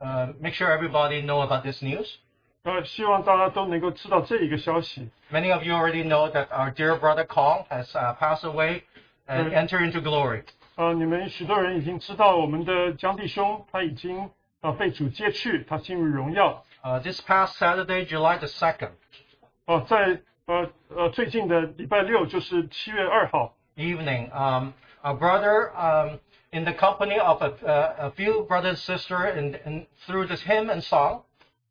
uh, make sure everybody know about this news. 呃，希望大家都能够知道这一个消息。 Many of you already know that our dear brother Kong has uh, passed away and Mm. entered into glory. 呃，你们许多人已经知道，我们的江弟兄他已经呃被主接去，他进入荣耀。 Uh, this past Saturday, July the 2nd, 哦、在呃呃最近的礼拜六，就是七月二号， evening. Um, a brother um, in the company of a, uh, a few brothers and sisters and, and through this hymn and song,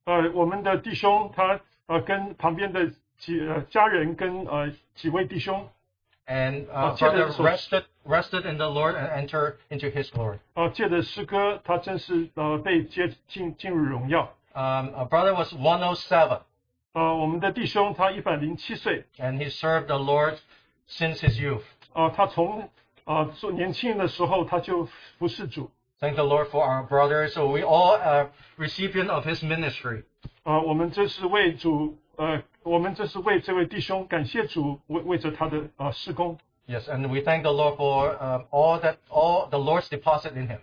呃，我们的弟兄他呃跟旁边的几呃家人跟呃几位弟兄， and uh, Oh, cheer brother this one. rested, rested in the Lord and entered into his glory. 呃借着诗歌，他真是呃被接进进入荣耀。 Um, a brother was 107, 呃，我们的弟兄他一百零七岁， and he served the Lord since his youth. 呃，他从呃做年轻人的时候他就服侍主， Thank the Lord for our brothers. So we all are recipient of his ministry. 啊，我们这是为主，呃，我们这是为这位弟兄感谢主，为为着他的呃施工， Yes, and we thank the Lord for um, all that all the Lord's deposit in him.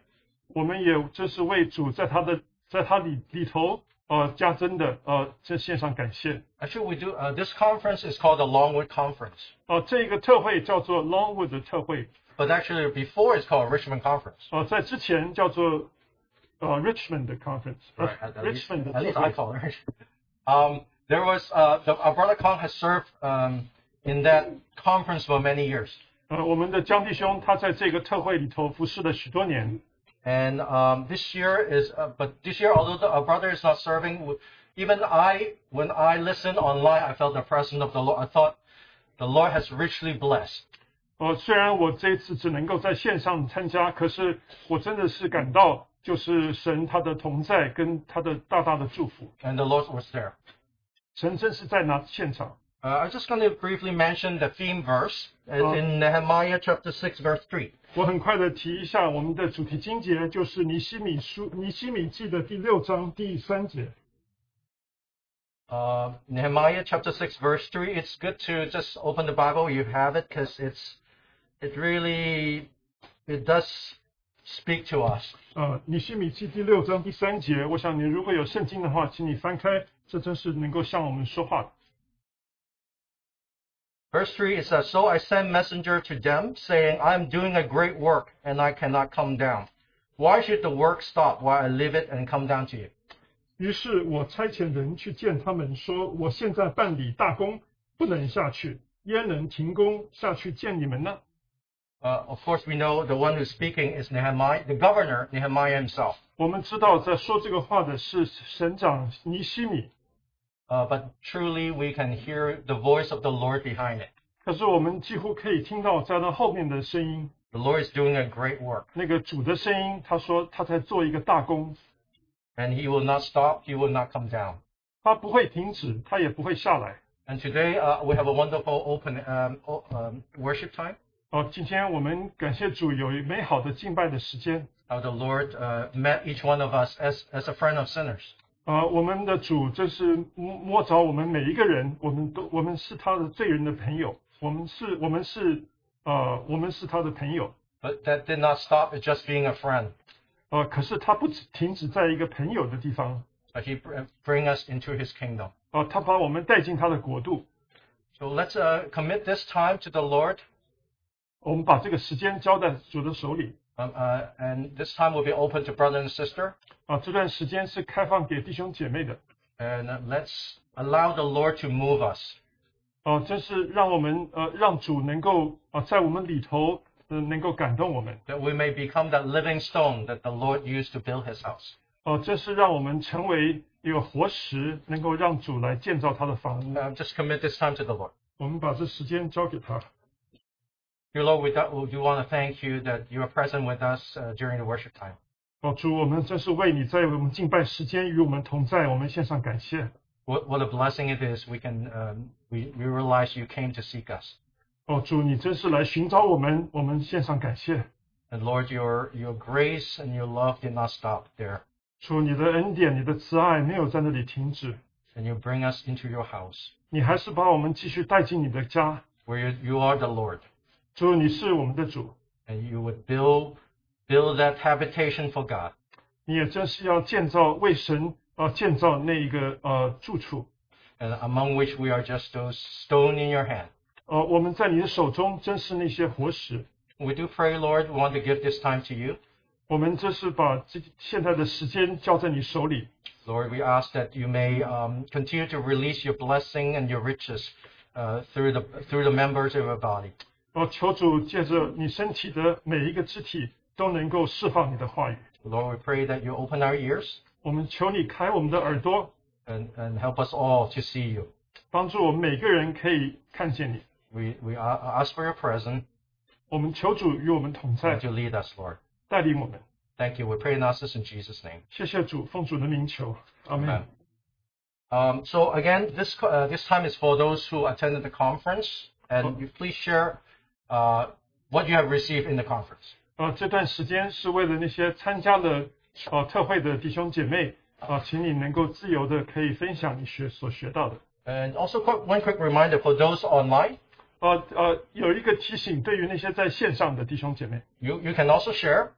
我们也这是为主在他的在他里里头呃加增的呃这献上感谢。 Actually, we do. Uh, this conference is called the Longwood Conference, 呃，这个特会叫做 Longwood 的特会， but actually before it's called Richmond Conference. 呃，在之前叫做呃 Richmond 的 conference，呃 Right, at, at least, Richmond 的 at 特 least I 会。 call it. Um, there was uh, the, our brother Kong has served um, in that conference for many years, 呃，我们的江弟兄他在这个特会里头服侍了许多年。 and um, this year is. Uh, but this year, although the, our brother is not serving, w- even I, when I listened online, I felt the presence of the Lord. I thought the Lord has richly blessed. 呃，虽然我这一次只能够在线上参加，可是我真的是感到，就是神他的同在跟他的大大的祝福， and the Lord was there. 神真是在那现场。 Uh, I'm just going to briefly mention the theme verse It's Oh. in Nehemiah chapter 6, verse 3. 我很快的提一下我们的主题经节，就是尼西米书尼西米记的第六章第三节。 Uh, Nehemiah chapter 6, verse 3. It's good to just open the Bible, you have it, because it's, it really, it does speak to us. 呃，尼西米记第六章第三节，我想你如果有圣经的话，请你翻开，这真是能够向我们说话的。 Verse 3 is that, So I sent messenger to them, saying, I am doing a great work, and I cannot come down. Why should the work stop while I leave it and come down to you? 于是我差遣人去见他们，说：“我现在办理大功，不能下去，焉能停工下去见你们呢 Uh, of course, we know the one who's speaking is Nehemiah, the governor, Nehemiah himself.？” 我们知道，在说这个话的是省长尼西米， Uh, but truly, we can hear the voice of the Lord behind it. 可是我们几乎可以听到在他后面的声音， The Lord is doing a great work, 那个主的声音。他说他在做一个大功， and He will not stop, He will not come down. 他不会停止，他也不会下来。 And today, uh, we have a wonderful open um, o- um, worship time. 哦、今天我们感谢主有美好的敬拜的时间。 How the Lord uh, met each one of us as, as a friend of sinners. 啊、我们的主真是摸摸着我们每一个人，我们都我们是他的罪人的朋友，我们是我们是呃我们是他的朋友， But that did not stop it just being a friend. 呃，可是他不止停止在一个朋友的地方， But He br- bring us into His kingdom. 啊、他把我们带进他的国度， So let's uh, commit this time to the Lord. 我们把这个时间交在主的手里， Um, uh, and this time will be open to brother and sister. 啊、这段时间是开放给弟兄姐妹的， And uh, let's allow the Lord to move us. 啊、真是让我们呃让主能够啊、在我们里头，嗯、能够感动我们， that we may become that living stone that the Lord used to build his house. 哦，这是让我们成为一个活石，能够让主来建造他的房屋。 Uh, just commit this time to the Lord. 我们把这时间交给他。 Dear Lord, we, do- we do want to thank you that you are present with us uh, during the worship time. 哦，主，我们真是为你在我们敬拜时间与我们同在，我们献上感谢。 What, what a blessing it is. We can um, we, we realize you came to seek us. 哦，主，你真是来寻找我们，我们献上感谢。 And Lord, your your grace and your love did not stop there. 主，你的恩典，你的慈爱没有在那里停止， And you bring us into your house 你还是把我们继续带进你的家。 where you, you are the Lord. 主，你是我们的主， And you would build build that habitation for God. 你也真是要建造为神啊、呃建造那一个呃住处。 and among which we are just those stone in your hand. 呃，我们在你的手中真是那些活石。 We do pray, Lord, we want to give this time to you. 我们这是把这现在的时间交在你手里， Lord, we ask that you may um, continue to release your blessing and your riches uh, through the through the members of your body. 呃，求主借着你身体的每一个肢体都能够释放你的话语。 Lord, we pray that you open our ears 我们求你开我们的耳朵， and, and help us all to see you. 帮助我们每个人可以看见你。 We we a- ask for your presence 我们求主与我们同 and 在， to lead us, Lord. 带领我们。 Thank you. We pray and ask this in Jesus' name. 谢谢主，奉主的名求，阿门。 Amen. Um, so again, this co- uh, this time is for those who attended the conference, and you please share uh, what you have received in the conference. 呃，这段时间是为了那些参加的呃特会的弟兄姐妹啊、呃请你能够自由的可以分享你学所学到的。 And also, quick, one quick reminder for those online, 呃呃，有一个提醒，对于那些在线上的弟兄姐妹， you you can also share,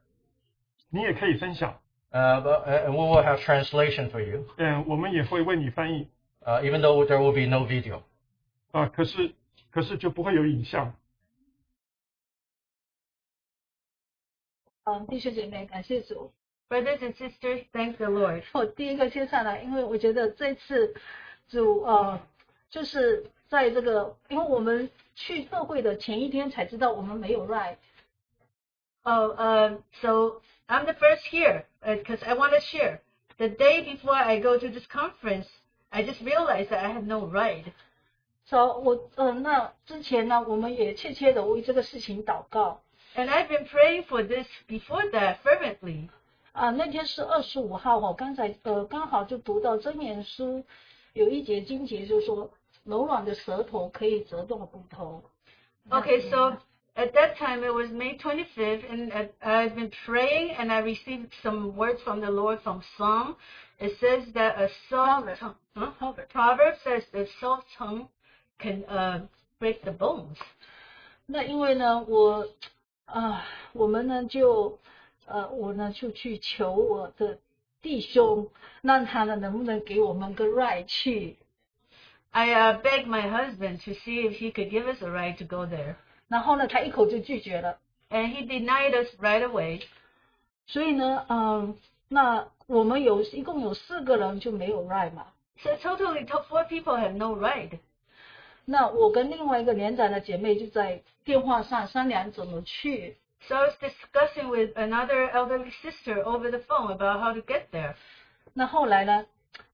你也可以分享， uh, but, uh, and we will have translation for you, 嗯，我们也会为你翻译 uh, even though there will be no video. 啊、可是可是就不会有影像。嗯，弟兄姐妹，感谢主。 Brothers and sisters, thank the Lord. 我第一个接下来，因为我觉得这次主呃，就是在这个，因为我们去特会的前一天才知道我们没有 right，呃 Oh, um, so I'm the first here uh, because I want to share. The day before I go to this conference, I just realized that I had no ride. 说、so, 我呃那之前呢，我们也切切的为这个事情祷告 And I've been praying for this before that fervently. 啊、那天是二十五号哈，刚才呃刚好就读到箴言书有一节经节就说，柔软的舌头可以折断骨头。 Okay, so at that time it was May 25th, and I- I've been praying, and I received some words from the Lord from Psalm. It says that a soft Proverbs. tongue, huh? Proverbs. Proverbs says the soft tongue can uh, break the bones. 那因为呢，我啊、我们呢就呃，我呢就去求我的弟兄，让他呢能不能给我们个 right 去。 I uh, begged my husband to see if he could give us a ride to go there, 然后呢，他一口就拒绝了。 and he denied us right away. 所以呢，嗯，那我们有一共有四个人就没有 right 嘛。 So totally, to- four people had no ride. 那我跟另外一个连长的姐妹就在电话上商量怎么去。 So I was discussing with another elderly sister over the phone about how to get there. 那后来呢，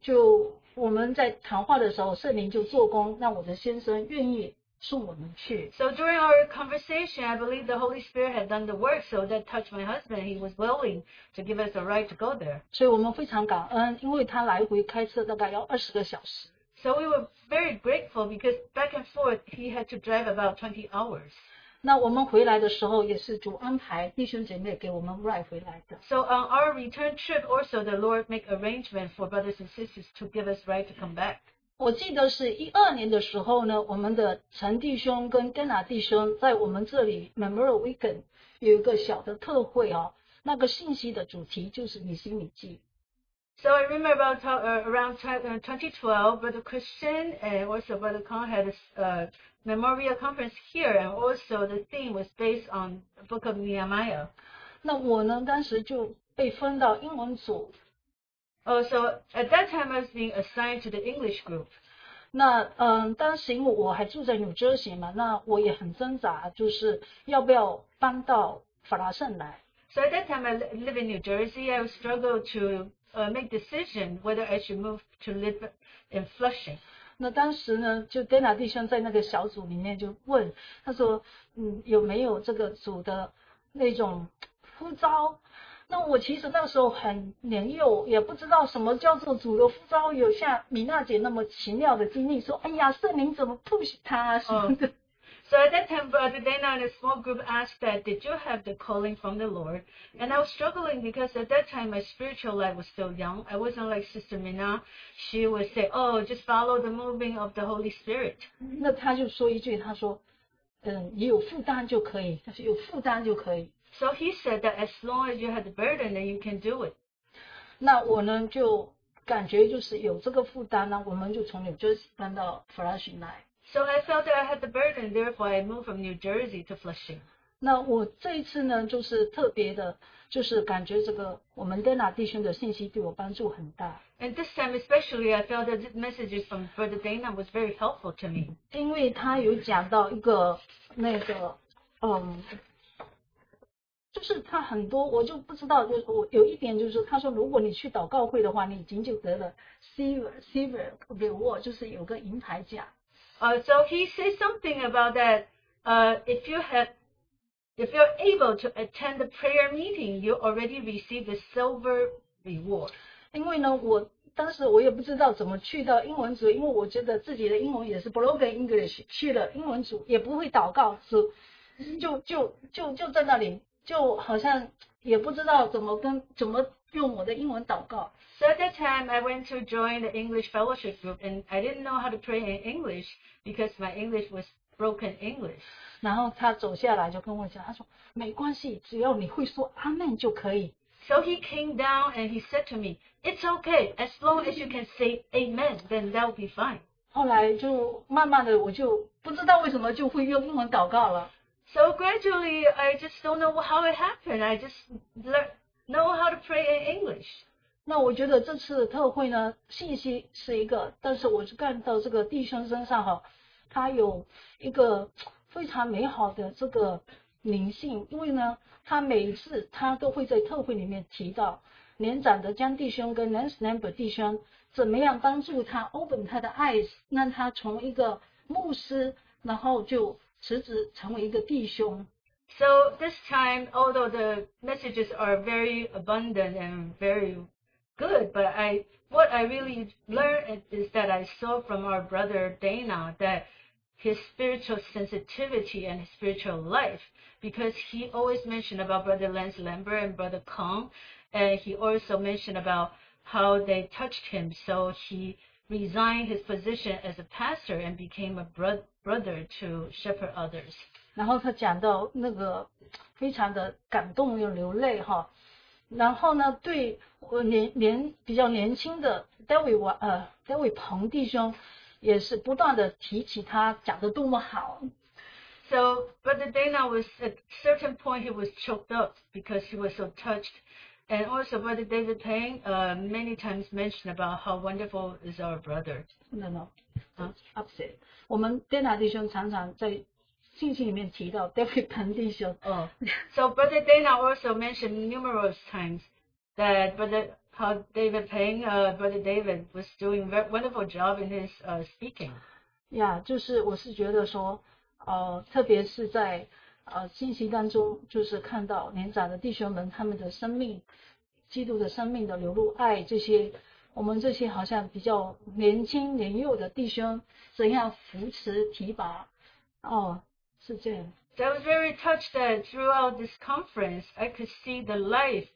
就我们在谈话的时候，圣灵就做工，让我的先生愿意送我们去。 So during our conversation, I believe the Holy Spirit had done the work, so that touched my husband. He was willing to give us a ride to go there. 所以我们非常感恩，因为他来回开车大概要二十个小时。 So we were very grateful because back and forth he had to drive about 20 hours. 那我们回来的时候也是主安排弟兄姐妹给我们 ride 回来的。 So on our return trip, also the Lord make arrangement for brothers and sisters to give us right to come back. 我记得是一二年的时候呢，我们的陈弟兄跟甘拿弟兄在我们这里 Memorial Weekend 有一个小的特会哦，那个信息的主题就是你心你记。 So I remember about to- uh, around ti- uh, 2012, Brother Christian and also Brother Kong had a s- uh, memorial conference here, and also the theme was based on the Book of Nehemiah. 那我呢，当时就被分到英文组， Oh, so at that time I was being assigned to the English group. 那嗯，当时因为我还住在纽泽西嘛，那我也很挣扎，就是要不要搬到法拉盛来。 So at that time I li- live in New Jersey. I struggled to uh, make decision whether I should move to live in Flushing. 那当时呢，就 Dana 弟兄在那个小组里面就问，他说，嗯，有没有这个组的那种呼召？那我其实那时候很年幼，也不知道什么叫做主的呼召，有像米娜姐那么奇妙的经历，说，哎呀，圣灵怎么 push 他啊什么的。 So at that time, Brother Dana and a small group asked that, did you have the calling from the Lord? And I was struggling because at that time my spiritual life was still young. I wasn't like Sister Mina. She would say, oh, just follow the moving of the Holy Spirit. 那他就说一句，他说，嗯，你有负担就可以，他说有负担就可以。 So he said that as long as you had the burden, then you can do it. 那我呢就感觉就是有这个负担呢、我们就从纽约搬到 Flushing 来。 So I felt that I had the burden, therefore I moved from New Jersey to Flushing. 那我这一次呢，就是特别的，就是感觉这个我们 Dana 弟兄的信息对我帮助很大， And this time especially, I felt that these messages from Brother Dana was very helpful to me. 因为他有讲到一个那个，嗯，就是他很多我就不知道，就是我有一点就是他说，如果你去祷告会的话，你仅仅得了 silver silver reward，就是有个银牌奖。 Uh, so he says something about that. Uh, if you have, if you're able to attend the prayer meeting, you already receive the silver reward. 因为呢，我当时我也不知道怎么去到英文组，因为我觉得自己的英文也是 broken English，去了英文组也不会祷告，只就就就就在那里，就好像也不知道怎么跟怎么用我的英文祷告。 So at that time, I went to join the English fellowship group, and I didn't know how to pray in English because my English was broken English. 然后他走下来就跟我讲，他说没关系，只要你会说阿门就可以。 So he came down and he said to me, "It's okay as long as you can say Amen, then that'll be fine." 后来就慢慢的，我就不知道为什么就会用英文祷告了。 So gradually, I just don't know how it happened. I just learn know how to pray in English. 那我觉得这次的特会呢，信息是一个，但是我是看到这个弟兄身上哈，他有一个非常美好的这个灵性，因为呢，他每一次他都会在特会里面提到年长的江弟兄跟 Lance Number 弟兄怎么样帮助他 open 他的 eyes，让他从一个牧师，然后就辞职成为一个弟兄。 So this time, although the messages are very abundant and very good, but I what I really learned is that I saw from our brother Dana that his spiritual sensitivity and his spiritual life, because he always mentioned about Brother Lance Lambert and Brother Kong, and he also mentioned about how they touched him. So he resigned his position as a pastor and became a bro- brother to shepherd others. 然后他讲到那个非常的感动又流泪哈，然后呢，对我年年比较年轻的 David 王呃 David 彭弟兄也是不断的提起他讲的多么好， So Brother Dana was at certain point he was choked up because he was so touched. And also Brother David Payne uh, many times mentioned about how wonderful is our brother. 那呢啊 upset，我们 Dana 弟兄常常在信息里面提到 David 彭弟兄， Oh. So Brother Dana also mentioned numerous times that Brother how David Payne, uh, Brother David was doing a wonderful job in his uh, speaking. 呀就是我是觉得说，呃，特别是在呃信息当中，就是看到年长的弟兄们他们的生命，基督的生命的流露爱这些，我们这些好像比较年轻年幼的弟兄，怎样扶持提拔，哦，是这样。 So I was very touched that throughout this conference, I could see the life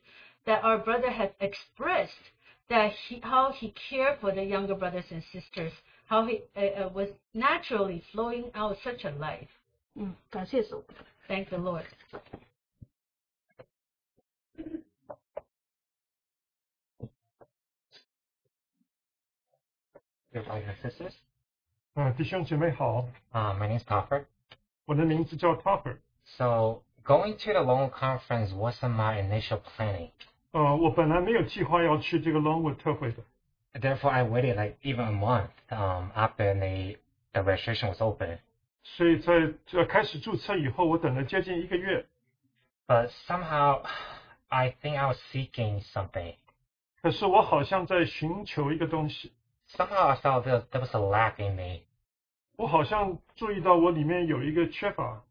that our brother had expressed, that he, how he cared for the younger brothers and sisters, how he uh, uh, was naturally flowing out such a life. 嗯，感谢主。 Thank the Lord. Dear brothers and sisters, 啊，弟兄姐妹好， uh, my name is Topher. 我的名字叫 Topper。 So, going to the Lowell Conference wasn't my initial planning. 呃，我本来没有计划要去这个 Longwood 特会的， Therefore, I waited like even a month um, after the, the registration was open. 所以在这开始注册以后，我等了接近一个月。 But somehow, I think I was seeking something. 可是我好像在寻求一个东西， Somehow, I felt there, there was a lack in me, 我好像注意到我里面有一个缺乏，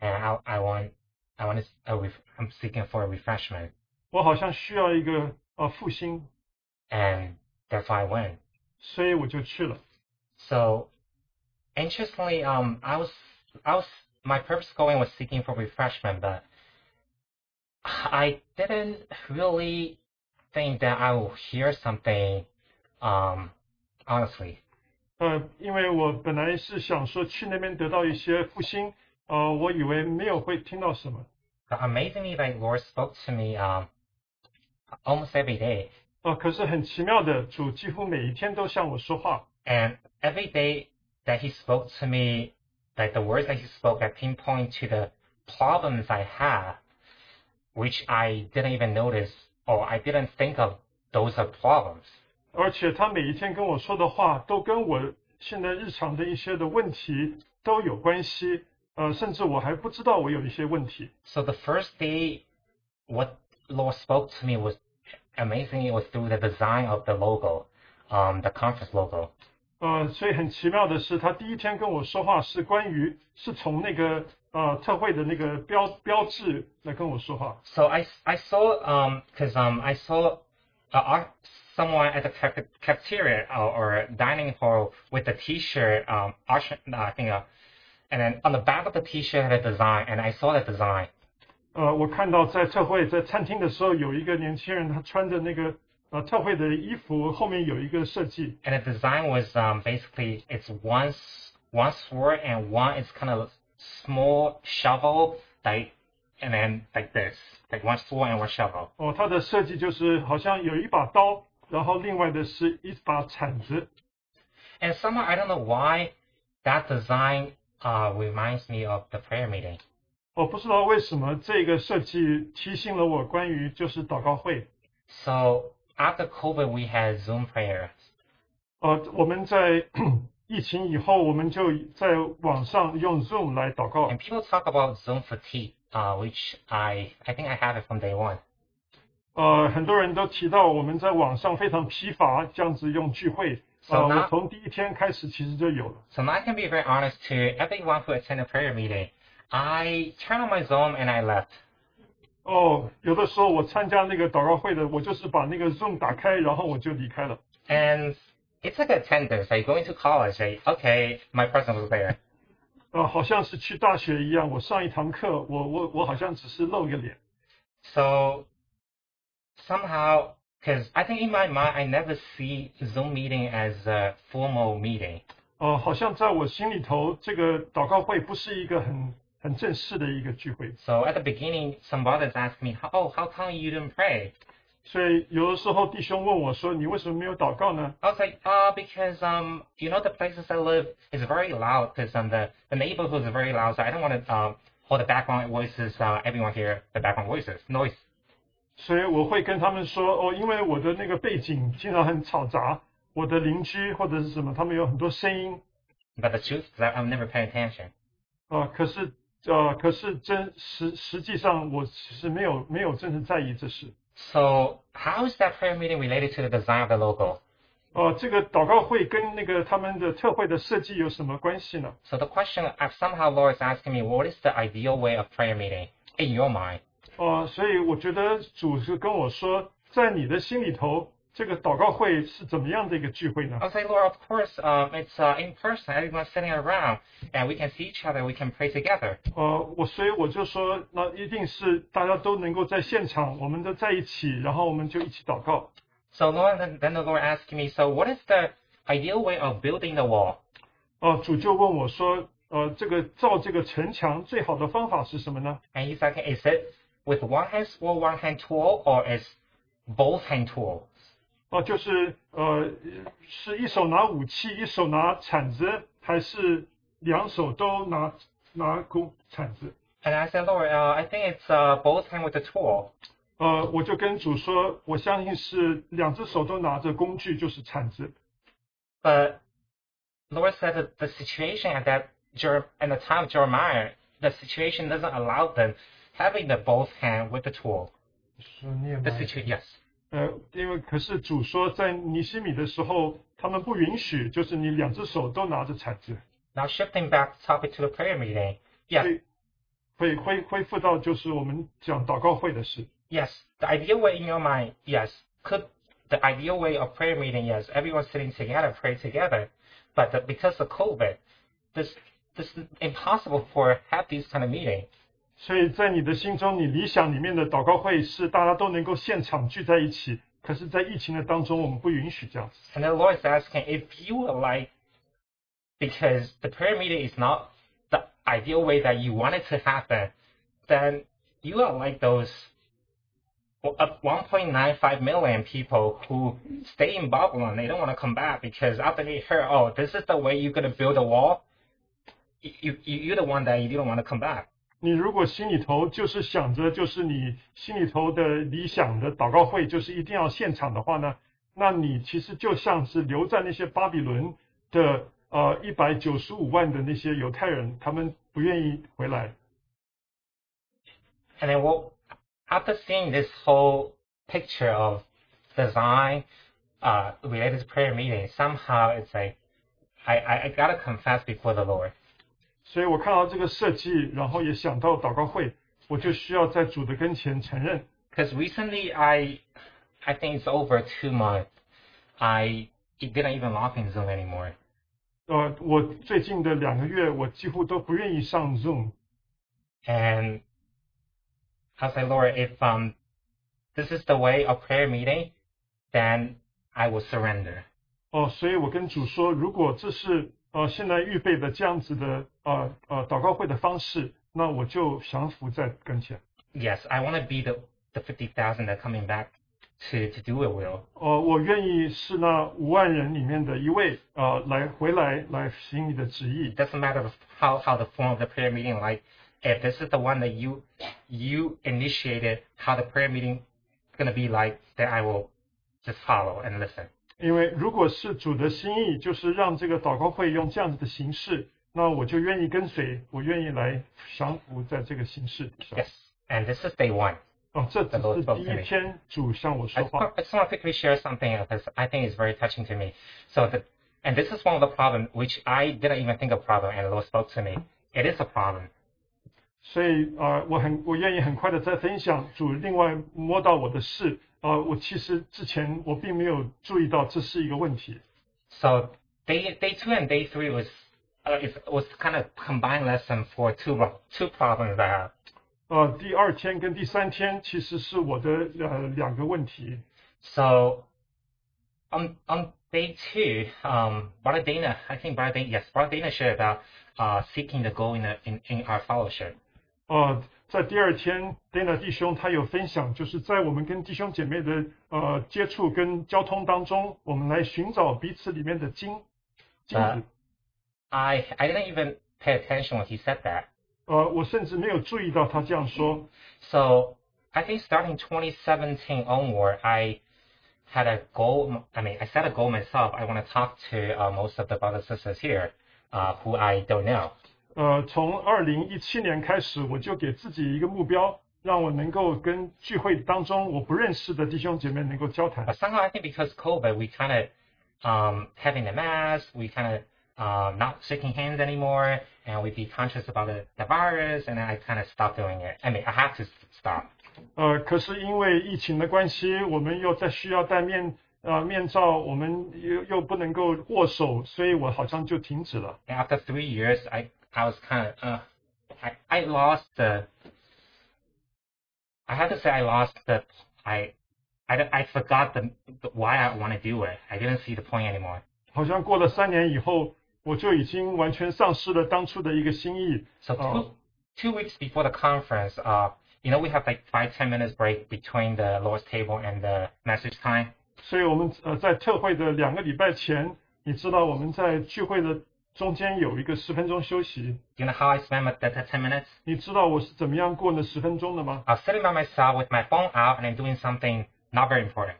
and I, I want I want to, a ref, I'm seeking for a refreshment, 我好像需要一个呃复兴， and therefore I went. 所以我就去了。 So, interestingly, um, I was, I was, my purpose going was seeking for refreshment, but I didn't really think that I will hear something, um, honestly. 呃，因为我本来是想说去那边得到一些复兴，呃，我以为没有会听到什么。 But amazingly, like Lord spoke to me, um, almost every day. 啊、呃，可是很奇妙的，主几乎每一天都向我说话。 And every day that he spoke to me, like the words that he spoke, I pinpoint to the problems I have, which I didn't even notice or I didn't think of those are problems. 而且他每一天跟我说的话，都跟我现在日常的一些的问题都有关系。呃，甚至我还不知道我有一些问题。 So the first day, what Lord spoke to me was amazing. It was through the design of the logo, um, the conference logo. 呃，所以很奇妙的是，他第一天跟我说话是关于是从那个呃特会的那个标标志来跟我说话。 So I, I saw um because um I saw uh, art, someone at the cafe- cafeteria uh, or, or dining hall with a T-shirt um Arch- no, I think uh, and then on the back of the T-shirt had a design and I saw the design 呃，我看到在特会在餐厅的时候，有一个年轻人他穿着那个呃特会的衣服，后面有一个设计。 and the design was um basically it's one s- one sword and one is kind of small shovel like and then like this like one sword and one shovel 哦，它的设计就是好像有一把刀，然后另外的是一把铲子。 and somehow I don't know why that design uh reminds me of the prayer meeting. 我哦不知道为什么这个设计提醒了我关于就是祷告会。 So after COVID, we had Zoom prayers, 呃，我们在 疫情以后，我们就在网上用 Zoom 来祷告 and。people talk about Zoom fatigue, uh, which I I think I have it from day one. 呃，很多人都提到我们在网上非常疲乏，这样子用聚会。呃， So 我 now- 从第一天开始其实就有了。 So now I can be very honest to everyone who attended prayer meeting. I turned on my Zoom and I left. 哦，有的时候我参加那个祷告会的，我就是把那个 Zoom 打开，然后我就离开了。 And it's like attendance, like going to college. Like okay, my person was there. 呃，好像是去大学一样，我上一堂课，我我我好像只是露个脸。 So somehow, because I think in my mind I never see Zoom meeting as a formal meeting. 呃，好像在我心里头，这个祷告会不是一个很很正式的一个聚会， So at the beginning, some brothers asked me, "Oh, how come you didn't pray?" 所以有的时候弟兄问我说：“你为什么没有祷告呢 I was like, "Oh, because um, you know, the places I live is very loud because um, the the neighborhood is very loud, so I don't want to um, all the background voices. Uh, everyone hear the background voices, noise."？” 所以我会跟他们说：“哦，因为我的那个背景经常很吵杂，我的邻居或者是什么，他们有很多声音。 But the truth is that I'm never paying attention. 呃，可是呃，可是真实实际上我其实没有没有真正在意这事。 So how is that prayer meeting related to the design of the logo? 呃，这个祷告会跟那个他们的特会的设计有什么关系呢？ So the question uh, somehow Laura is asking me, what is the ideal way of prayer meeting in your mind? 呃，所以我觉得主是跟我说，在你的心里头，这个祷告会是怎么样的一个聚会呢 I？was like, Laura, of course, um, it's uh, in person. Everyone's sitting around, and we can see each other. We can pray together. 呃，我所以我就说，那一定是大家都能够在现场，我们都在一起，然后我们就一起祷告。 So Laura, then, then the Lord asked me, so what is the ideal way of building the wall? 呃，主就问我说，呃，这个造这个城墙最好的方法是什么呢？ And he's like, is it with one hand sword, one hand tool, or is both hand tool? 哦、就是呃，是一手拿武器，一手拿铲子，还是两手都拿拿弓铲子？ And I said, Lord, uh, I think it's uh, both hand with the tool. 呃，我就跟主说，我相信是两只手都拿着工具，就是铲子。 But Lord said that the situation at that Jer- at the time of Jeremiah, the situation doesn't allow them having the both hand with the tool. 是念 The situation, yes. 呃，因为可是主说，在尼西米的时候，他们不允许，就是你两只手都拿着铲子， Now shifting back topic to the prayer meeting. Yeah, 所以会恢恢复到就是我们讲祷告会的事。 Yes, the ideal way in your mind, yes, could the ideal way of prayer meeting, yes, everyone sitting together, pray together. But the, because of COVID, this this is impossible for have these kind of meeting. 所以在你的心中，你理想里面的祷告会是大家都能够现场聚在一起，可是，在疫情的当中，我们不允许这样子。 And the Lord is asking if you would like, because the prayer meeting is not the ideal way that you want it to happen, then you are like those up 1.95 million people who stay in Babylon. They don't want to come back because after they heard, oh, this is the way you're gonna build a wall. You, you you're the one that you don't want to come back. 你如果心里头就是想着，就是你心里头的理想的祷告会，就是一定要现场的话呢，那你其实就像是留在那些巴比伦的呃一百九十五万的那些犹太人，他们不愿意回来。 And then well, after seeing this whole picture of design uh, related to prayer meeting, somehow it's like I, I, I gotta confess before the Lord. 所以我看到这个设计，然后也想到祷告会，我就需要在主的跟前承认， Because recently I I think it's over two months. I it didn't even log in Zoom anymore. 呃，我最近的两个月，我几乎都不愿意上 Zoom。 And I was like, Lord, if um this is the way of prayer meeting, then I will surrender. 哦，所以我跟主说，如果这是呃现在预备的这样子的呃呃祷告会的方式，那我就降服在跟前。 Yes, I want to be the the fifty thousand that coming back to to do it will. 呃，我愿意是那五万人里面的一位，呃，来回来来行你的旨意 It。doesn't matter how how the form of the prayer meeting like. If this is the one that you you initiated, how the prayer meeting gonna be like, then I will just follow and listen. 因为如果是主的心意，就是让这个祷告会用这样子的形式，那我就愿意跟随，我愿意来降服在这个形式底下。 Yes, and this is day one. 哦，这只是第一天主向我 I 说 just, 话 want,。I just want to quickly share something because I think it's very touching to me. So, the, and this is one of the problem which I didn't even think of problem, and the Lord spoke to me. It is a problem. 所以啊、呃我很我愿意很快的再分享主另外摸到我的事啊、呃我其实之前我并没有注意到这是一个问题， So day day two and day three was uh, it was kind of combined lesson for two ro- two problems I have. 呃，第二天跟第三天其实是我的呃两个问题， So on on day two, um, Brother Dana, I think Brother Dana, yes, Brother Dana shared about uh, seeking the goal in, the, in in our fellowship. 呃，在第二天 Dana 弟兄他有分享，就是在我们跟弟兄姐妹的呃接触跟交通当中，我们来寻找彼此里面的金金子啊，I I didn't even pay attention when he said that. 呃，我甚至没有注意到他这样说， So I think starting 2017 onward, I had a goal. I mean, I set a goal myself. I want to talk to uh, most of the brothers and sisters here, uh, who I don't know. 呃，从二零一七年开始，我就给自己一个目标，让我能够跟聚会当中我不认识的弟兄姐妹能够交谈。 But somehow I think because COVID, we kind of um, having the mask, we kind of um, not shaking hands anymore, and we be conscious about the, the virus, and I kind of stopped doing it. I mean, I had to s- stop. 呃，可是因为疫情的关系，我们又在需要戴面呃面罩，我们又又不能够握手，所以我好像就停止了。 And after three years, I I was kind of uh, I I lost the. I have to say I lost the I. I, d- I forgot the, the why I want to do it. I didn't see the point anymore. 好像过了三年以后，我就已经完全丧失了当初的一个心意。 So two Oh. two weeks before the conference, uh, you know we have like five ten minutes break between the Lord's table and the message time. 所以我们呃在特会的两个礼拜前，你知道我们在聚会的中间有一个十分钟休息。 You know how I spent my, that, that ten minutes? 你知道我是怎么样过那十分钟的吗？ I was sitting by myself with my phone out and then doing something not very important.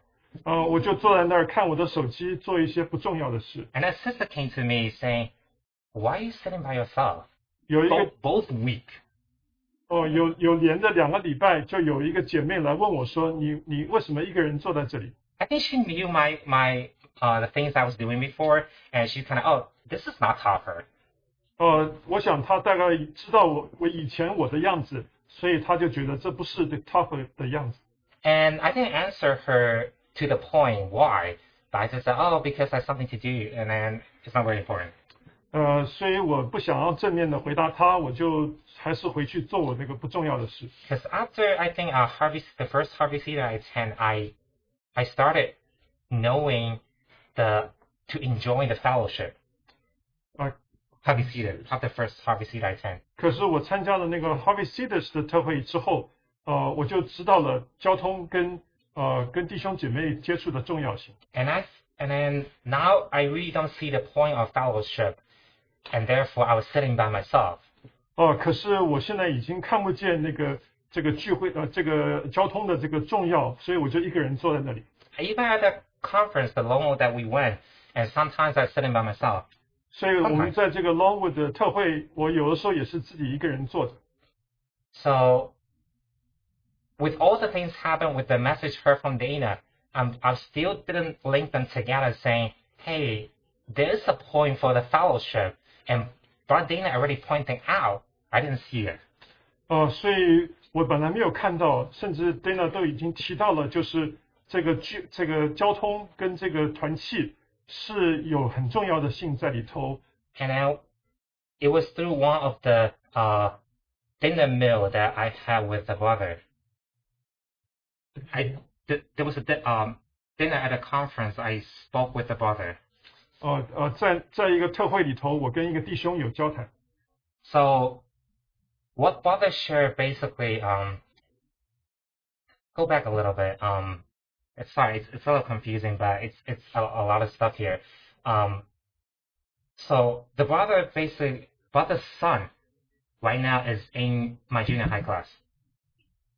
呃，我就坐在那儿看我的手机，做一些不重要的事。 And a sister came to me saying, "Why are you sitting by yourself? 有一个 Both both week." 哦，有有连着两个礼拜，就有一个姐妹来问我说：“你你为什么一个人坐在这里 I think she knew my my uh, the things I was doing before, and she's kind of, "Oh, this is not her." ?”呃，我想她大概知道我我以前我的样子，所以她就觉得这不是 the top 的样子。 And I didn't answer her to the point why, but I just said, "Oh, because I have something to do, and then it's not very important." 呃，所以我不想要正面的回答她，我就还是回去做我那个不重要的事。 Because after I think uh, Harvey, the first Harvey C that I attend, I I started knowing the to enjoy the fellowship. Right. Harvey C after the first Harvey C that I attend. 可是我参加了那个 Harvey Cedars 的特会之后，呃，我就知道了交通跟呃跟弟兄姐妹接触的重要性。 And I and then now I really don't see the point of fellowship, and therefore I was sitting by myself. 呃，可是我现在已经看不见那个这个聚会呃这个交通的这个重要，所以我就一个人坐在那里。 Even at the conference, the long that we went, and sometimes I was sitting by myself. 所以我们 OK 在这个 Longwood 的特会，我有的时候也是自己一个人坐着。 So, with all the things happened with the message heard from Dana, um, I still didn't link them together saying, hey, there is a point for the fellowship. And but Dana already pointing out, I didn't see it. 呃，所以我本来没有看到，甚至 Dana 都已经提到了，就是这个聚这个交通跟这个团契是有很重要的性在里头。 And I, it was through one of the uh, dinner meal that I had with the brother. I, th- there was a di- um, dinner at a conference. I spoke with the brother. 呃呃，在在一个特会里头，我跟一个弟兄有交谈。 So, what Brother shared basically, um, go back a little bit. Um, it's sorry, it's, it's a little confusing, but it's it's a, a lot of stuff here. Um, so the brother basically, brother's son, right now is in my junior high class.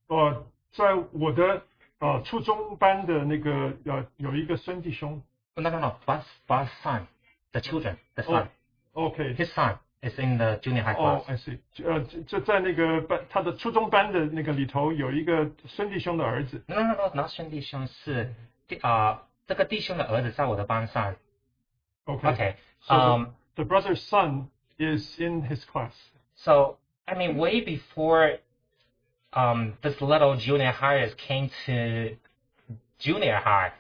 呃，在我的呃初中班的那个呃有一个孙弟兄 Oh, No, no, no, brother's, brother's son, the children, the son, 哦，OK， his son is in the junior high 哦 class. Oh. ，I see，呃，这这在那个班他的初中班的那个里头有一个孙弟兄的儿子， No, no, no, uh, 然后兄弟兄是，啊、呃，这个弟兄的儿子在我的班上。 OK，, Okay, Hmm. So um. the, the brother's son is in his class. So, I mean, way before um, this little junior hires came to junior high,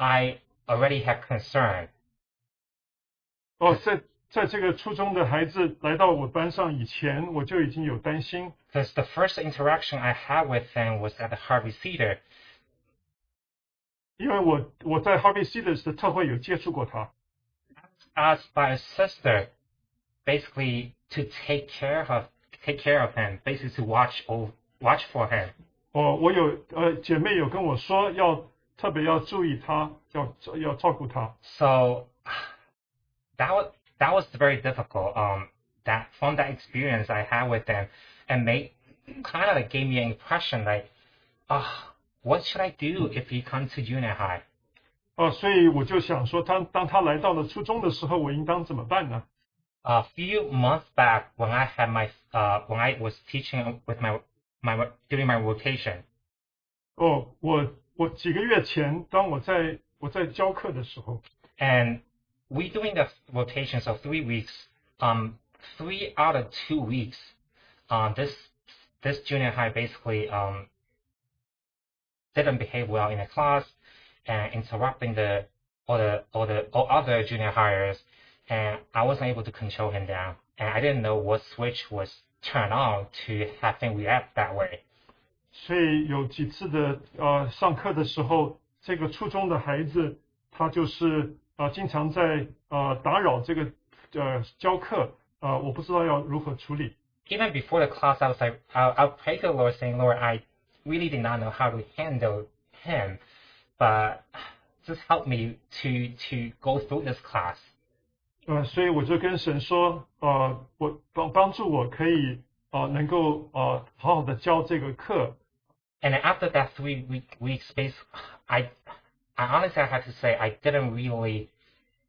I already had concern. 哦，在在这个初中的孩子来到我班上以前，我就已经有担心。 Because the first interaction I had with him was at the Harvey Cedar. 因为我我在 Harvey Cedars 的特会有接触过他， Asked by a sister, basically to take care of take care of him, basically to watch over, watch for him. 我我有呃姐妹有跟我说要特别要注意他，要要照顾他。 So that was that was very difficult. Um, that from that experience I had with them, and they kind of like gave me an impression like, ah, what should I do if he comes to junior high? 哦，所以我就想说他，当他来到了初中的时候，我应当怎么办呢？ A few months back, when I had my uh, when I was teaching with my my during my rotation, 哦，我我几个月前，当我在我在教课的时候， and we doing the rotation so three weeks. Um, three out of two weeks, um, this this junior high basically um didn't behave well in the class and interrupting the all the all the all other junior hires, and I wasn't able to control him down, and I didn't know what switch was turned on to have him react that way. 所以有几次的呃上课的时候，这个初中的孩子他就是啊、呃经常在呃打扰这个呃教课啊、呃我不知道要如何处理。 even before the class, I was like, I, I prayed to the Lord, saying, Lord, I really did not know how to handle him, but just help me to to go through this class. 呃，所以我就跟神说，呃，我帮帮助我可以呃能够呃好好的教这个课， And then after that three week week space, I I honestly I had to say I didn't really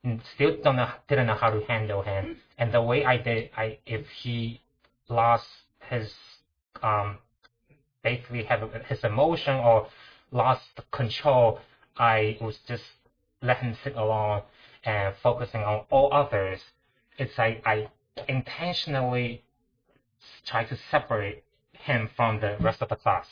mm, still don't know didn't know how to handle him, and the way I did, I if he lost his um basically have his emotion or lost the control, I was just let him sit alone and focusing on all others. It's like I intentionally try to separate him from the rest of the class.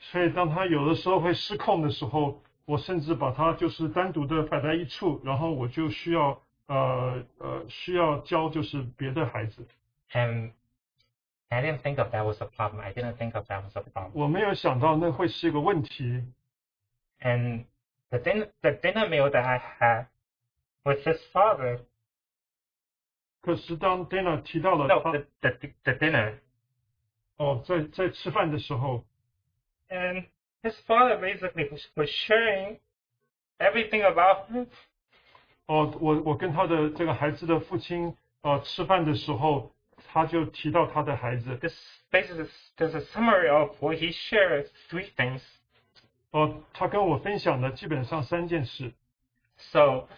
所以当他有的时候会失控的时候，我甚至把他就是单独的摆在一处，然后我就需要呃呃需要教就是别的孩子。 And I didn't think of that was a problem. I didn't think of that was a problem. 我没有想到那会是一个问题。 And the dinner, the dinner meal that I had with his father, 可是当 Dana 提到了 no, 他 the, the, the dinner, 哦，在在吃饭的时候， and his father basically was, was sharing everything about him. 哦，我我跟他的这个孩子的父亲呃吃饭的时候，他就提到他的孩子， This basically there's a summary of what he shares three things. 呃，他跟我分享的基本上三件事。 So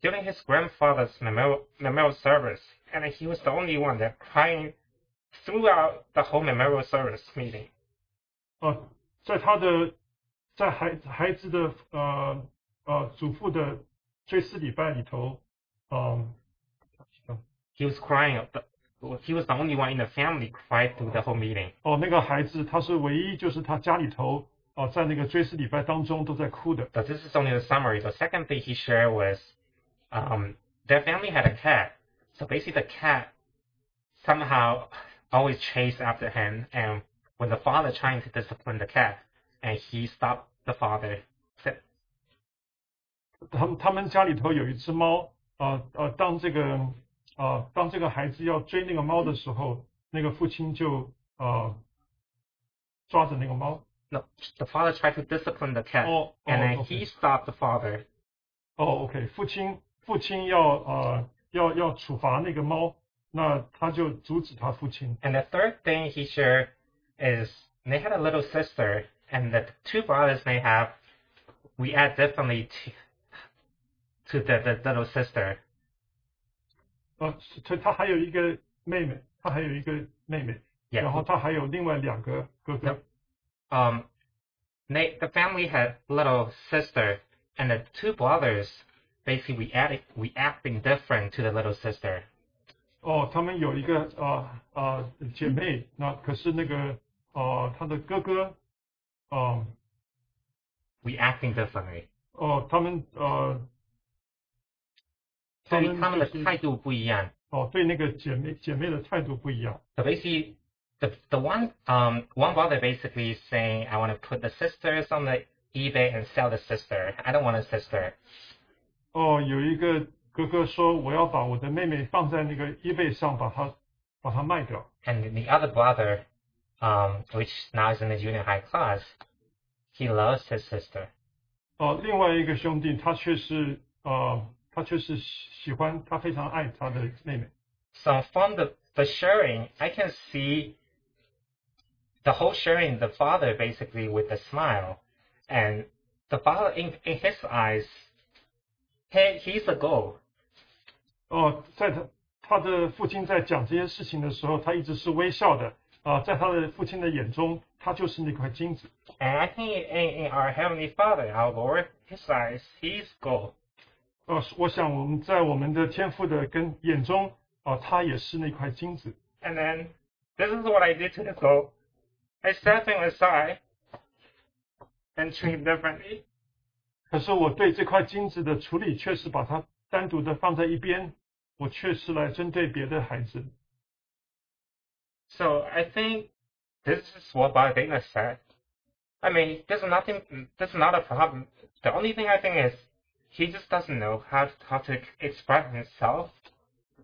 during his grandfather's memorial, memorial service, and he was the only one that crying throughout the whole memorial service meeting. 呃，在他的在孩孩子的呃呃祖父的追思礼拜里头，嗯、 He was crying. The, he was the only one in the family cried through the whole meeting. 哦，那个孩子他是唯一，就是他家里头哦、呃在那个追思礼拜当中都在哭的。 But this is only the summary. The second thing he shared was um, their family had a cat. So basically, the cat somehow always chased after him. And when the father trying to discipline the cat, and he stopped the father, said, 他们他们家里头有一只猫，呃呃，当这个呃当这个孩子要追那个猫的时候，那个父亲就呃抓着那个猫， no, the father tried to discipline the cat. Oh, and oh, then okay. he stopped the father. 哦，OK，父亲父亲要呃要要处罚那个猫，那他就阻止他父亲。 And the third thing he shared is they had a little sister, and the two brothers they have, we add differently to, to the, the little sister. 呃，所以他还有一个妹妹，他还有一个妹妹， Yeah. 然后他还有另外两个哥哥。 Yep. um, they, the family had little sister, and the two brothers basically we added, we acting different to the little sister. 哦，他们有一个啊啊、呃姐妹，那可是那个呃他的哥哥，哦、 We acting differently. 哦、他们呃 So 他们就是所以他们的态度不一样。So 哦对那个姐妹姐妹的态度不一样。 basically, the the one um one brother basically saying, I want to put the sisters on the eBay and sell the sister. I don't want a sister. 哦，有一个哥哥说我要把我的妹妹放在那个 eBay 上，把它把它卖掉。 And then the other brother, um, which now is in the junior high class, he loves his sister. 哦，另外一个兄弟他却是呃他却是喜喜欢他非常爱他的妹妹。 So from the, the sharing, I can see the whole sharing, the father basically with a smile. And the father, in, in his eyes, he, he's the goal. 哦，在他他的父亲在讲这些事情的时候，他一直是微笑的啊、在他的父亲的眼中，他就是那块金子。 And I think in, in our Heavenly Father, our Lord, his eyes, he's goal. 呃，我想我们在我们的天父的跟眼中啊、他也是那块金子。 And then this is what I did to the goal. I set him aside and treat him differently. 可是我对这块金子的处理，却是把它单独的放在一边，我却是来针对别的孩子。 So I think this is what Baldina said. I mean, there's nothing, there's not a problem. The only thing I think is he just doesn't know how to, how to express himself.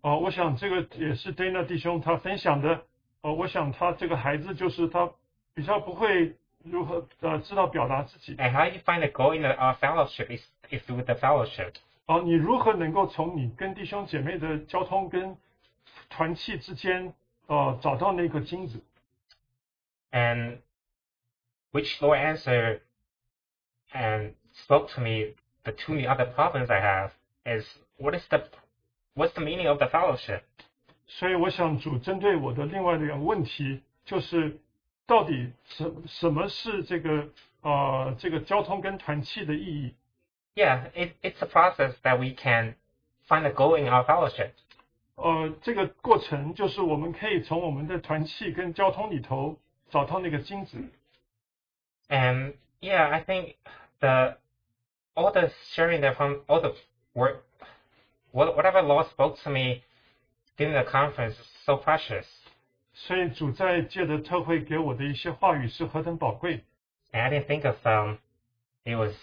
哦、我想这个也是 Dana 弟兄他分享的。哦、我想他这个孩子就是他比较不会如何呃知道表达自己。 And how you find a goal in the, our fellowship is, is through the fellowship. 哦，你如何能够从你跟弟兄姐妹的交通跟团契之间，呃，找到那个金子？ And which Lord answered and spoke to me, the two other problems I have is what is the, what's the meaning of the fellowship? 所以我想主针对我的另外的一个问题，就是到底什什么是这个呃这个交通跟团契的意义？ Yeah, it, it's a process that we can find a goal in our fellowship. 呃，这个过程就是我们可以从我们的团契跟交通里头找到那个金子。 And yeah, I think the all the sharing that from all the work, what whatever law spoke to me during the conference is so precious. 所以主在借着特会给我的一些话语是何等宝贵。 And I didn't think of um, it was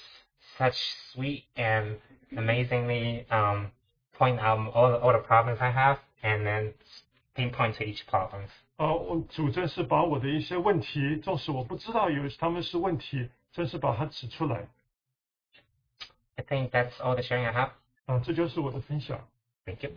such sweet and amazingly um point out all all the problems I have and then pinpoint to each problems. 呃，我主正是把我的一些问题，纵使我不知道有他们是问题，正是把它指出来。 I think that's all the sharing I have. 啊、这就是我的分享。 Thank you.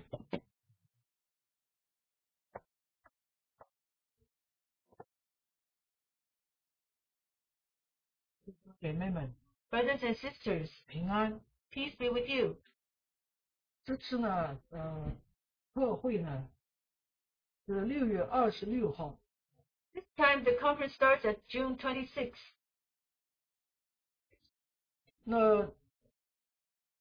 姐妹们 Brothers and sisters, 平安。 peace be with you. 这次呢，呃，特会呢是六月二十六号， This time the conference starts at June 26th. 那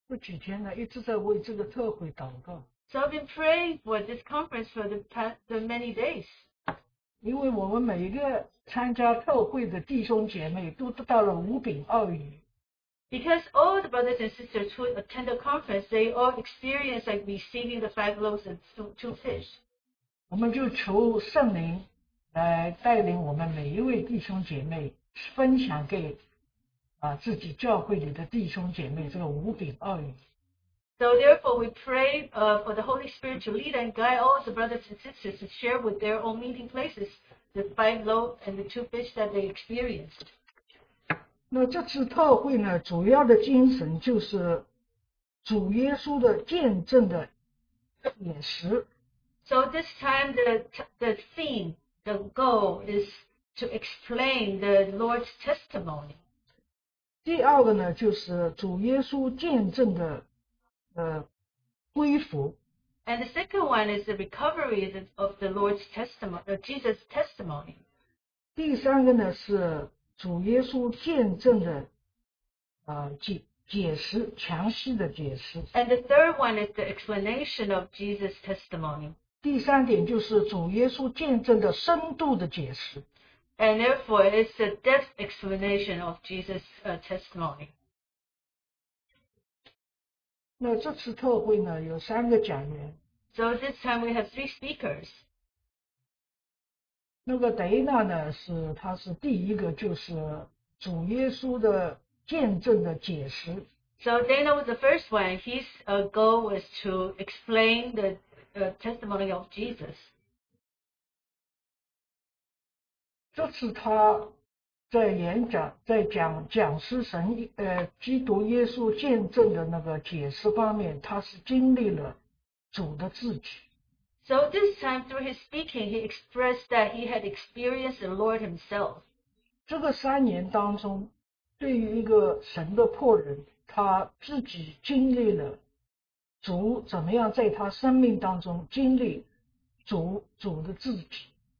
这几天呢一直在为这个特会祷告， So I've been praying for this conference for the past the many days 因为我们每一个参加特会的弟兄姐妹都得到了五饼二鱼， because all the brothers and sisters who attend the conference they all experience like receiving the five loaves and two, two fish. 我们就求圣灵来带领我们每一位弟兄姐妹分享给啊自己教会里的弟兄姐妹这个五饼二鱼。 So therefore we pray uh, for the Holy Spirit to lead and guide all the brothers and sisters to share with their own meeting places the five loaves and the two fish that they experienced. 那这次特会呢，主要的精神就是主耶稣的见证的饮食。 So this time the the theme, the goal is to explain the Lord's testimony. 第二个呢，就是主耶稣见证的呃恢复。 And the second one is the recovery of the- of the Lord's testimony, of Jesus' testimony. 第三个呢是主耶稣见证的呃解解释详细的解释。 And the third one is the explanation of Jesus' testimony. 第三点就是主耶稣见证的深度的解释。 And therefore, it's the depth explanation of Jesus' uh, testimony. 那这次特会呢有三个讲员， So this time we have three speakers. 那个德纳呢是他是第一个，就是主耶稣的见证的解释。 So Dana was the first one. His uh, goal was to explain the uh, testimony of Jesus. 这次他在演讲，在讲讲师神呃基督耶稣见证的那个解释方面，他是经历了主的自己。 So this time, through his speaking, he expressed that he had experienced the Lord himself. 这个三年当中，对于一个神的破人，他自己经历了主怎么样在他生命当中经历主主的自己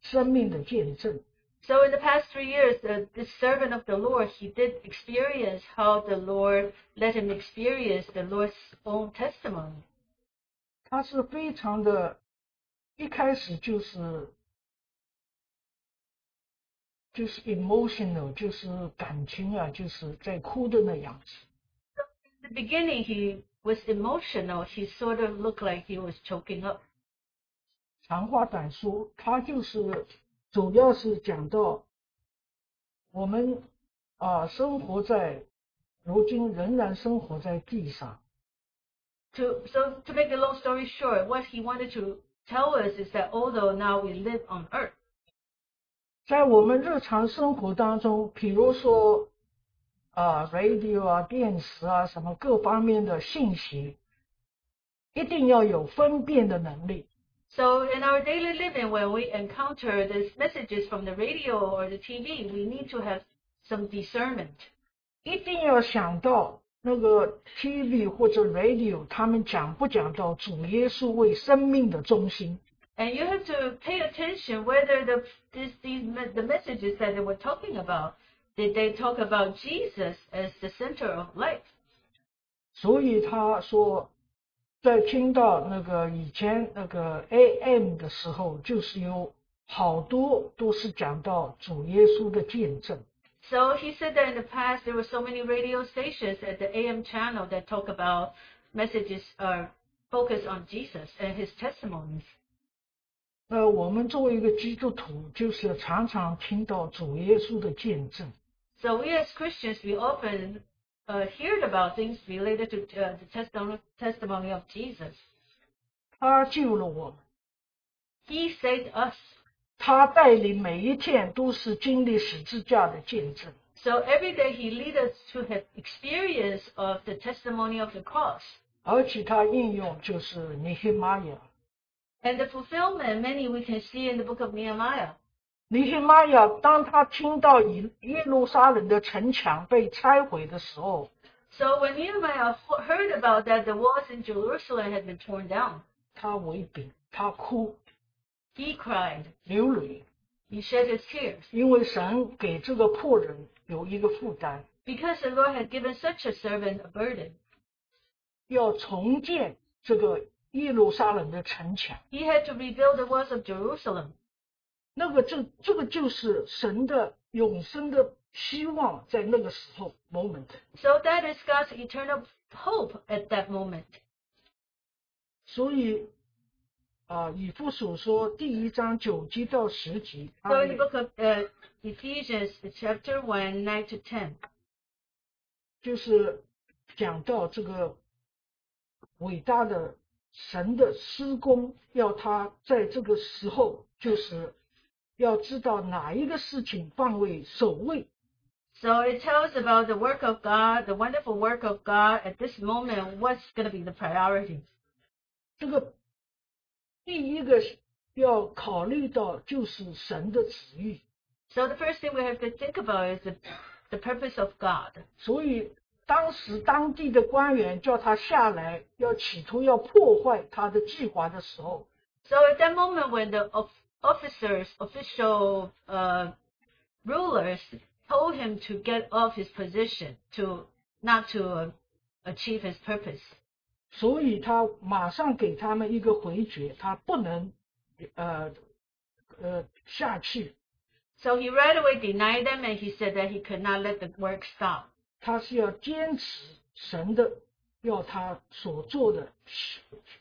生命的见证。 So in the past three years, the, this servant of the Lord, he did experience how the Lord let him experience the Lord's own testimony. 他是非常的，一开始就是就是 emotional，就是感情啊，就是在哭的那样子。 In the beginning, he was emotional. He sort of looked like he was choking up. 长话短说，他就是主要是讲到我们啊、生活在如今仍然生活在地上， To, so to make the long story short, what he wanted to tell us is that although now we live on earth, 在我们日常生活当中，比如说啊、radio 啊、电视啊什么各方面的信息，一定要有分辨的能力。 so in our daily living, when we encounter these messages from the radio or the TV, we need to have some discernment. 一定要想到那个 TV 或者 radio 他们讲不讲到主耶稣为生命的中心。 And you have to pay attention whether the this, these me- the messages that they were talking about did they talk about Jesus as the center of life. 所以他说，在听到那个以前那个 AM 的时候，就是有好多都是讲到主耶稣的见证。 So he said that in the past there were so many radio stations at the AM channel that talk about messages are focused on Jesus and his testimonies. 那呃我们作为一个基督徒，就是常常听到主耶稣的见证。 So we as Christians we often uh, heard about things related to uh, the testimony testimony of Jesus. 他救了我们， He saved us. 他带领每一天都是经历十字架的见证。 So every day he leads us to have experience of the testimony of the cross. 而其他应用就是尼希玛雅。 And the fulfillment, many we can see in the book of Nehemiah. 尼希玛雅当他听到耶耶路撒冷的城墙被拆毁的时候， So when Nehemiah ho- heard about that the walls in Jerusalem had been torn down, 他为饼，他哭 he cried. 流泪， He shed his tears 因为神给这个仆人有一个负担， because the Lord had given such a servant a burden. 要重建这个耶路撒冷的城墙。 He had to rebuild the walls of Jerusalem. 那个这这个就是神的永生的希望，在那个时候 moment。 So that is God's eternal hope at that moment. 所以啊、以父所说第一章九节到十节，啊 So 他 in the book of uh, Ephesians, chapter 1, 9 to 10, 就是讲到这个伟大的神的施工，要他在这个时候，就是要知道哪一个事情放为首位， So it tells about the work of God, the wonderful work of God at this moment, what's going to be the priority. 这个第一个是要考虑到就是神的旨意， So the first thing we have to think about is the, the purpose of God. 所以当时当地的官员叫他下来，要企图要破坏他的计划的时候， So at that moment when the of, officers, official uh, rulers told him to get off his position, to not to uh, achieve his purpose. 所以他马上给他们一个回绝，他不能，呃，呃下去， So he right away denied them and he said that he could not let the work stop. 他是要坚持神的要他所做的，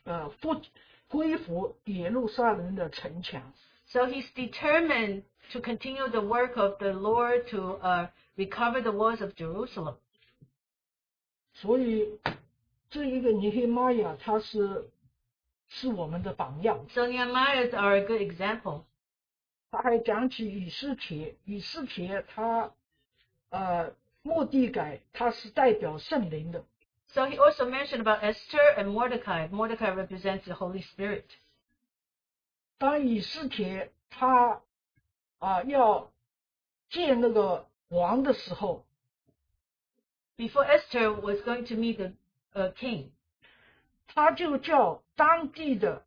呃，复恢复耶路撒冷的城墙。 So he's determined to continue the work of the Lord to uh, recover the walls of Jerusalem. 所以这一个尼黑玛雅他是是我们的榜样。 So Nehemiahs are a good example. 他还讲起以斯帖，以斯帖他呃目的改，他是代表圣灵的。 So he also mentioned about Esther and Mordecai. Mordecai represents the Holy Spirit. 当以斯帖他啊、要见那个王的时候， Before Esther was going to meet the uh, king, 他就叫当地的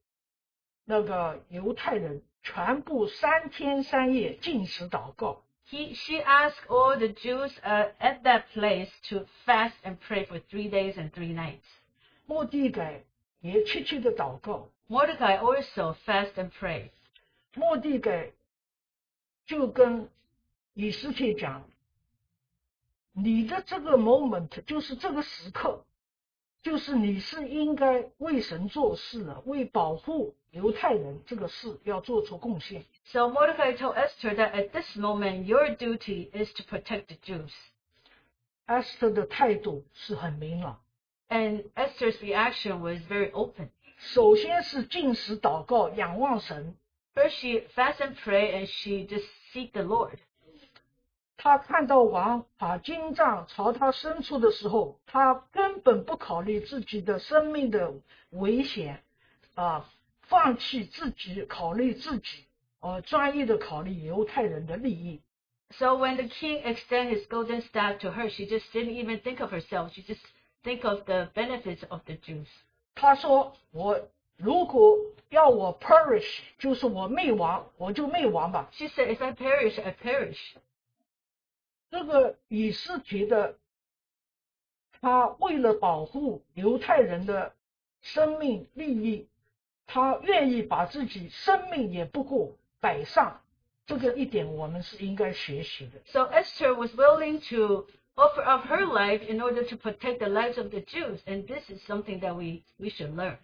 那个犹太人全部三天三夜进食祷告。 he she asked all the Jews uh, at that place to fast and pray for three days and three nights. 莫地改也切切的祷告， Mordecai also fast and prayed. 莫地改就跟以斯帖讲：“你的这个 moment 就是这个时刻，就是你是应该为神做事的，为保护犹太人这个事要做出贡献。 So Mordecai told Esther that at this moment your duty is to protect the Jews. ”阿斯特的态度是很明朗， And Esther's reaction was very open. 首先是进食祷告，仰望神。 First she fast and pray and she just seek the Lord. 他看到王把金杖朝他伸出的时候，他根本不考虑自己的生命的危险，啊，放弃自己，考虑自己，呃，专一的考虑犹太人的利益。 So when the king extended his golden staff to her, she just didn't even think of herself. She just think of the benefits of the Jews. 他说：“我如果要我 perish，就是我灭亡，我就灭亡吧。 She said, if I perish, I perish. ”这个以斯帖的，他为了保护犹太人的生命利益，他愿意把自己生命也不顾摆上，这个一点我们是应该学习的。 So Esther was willing to offer up her life in order to protect the lives of the Jews. And this is something that we, we should learn.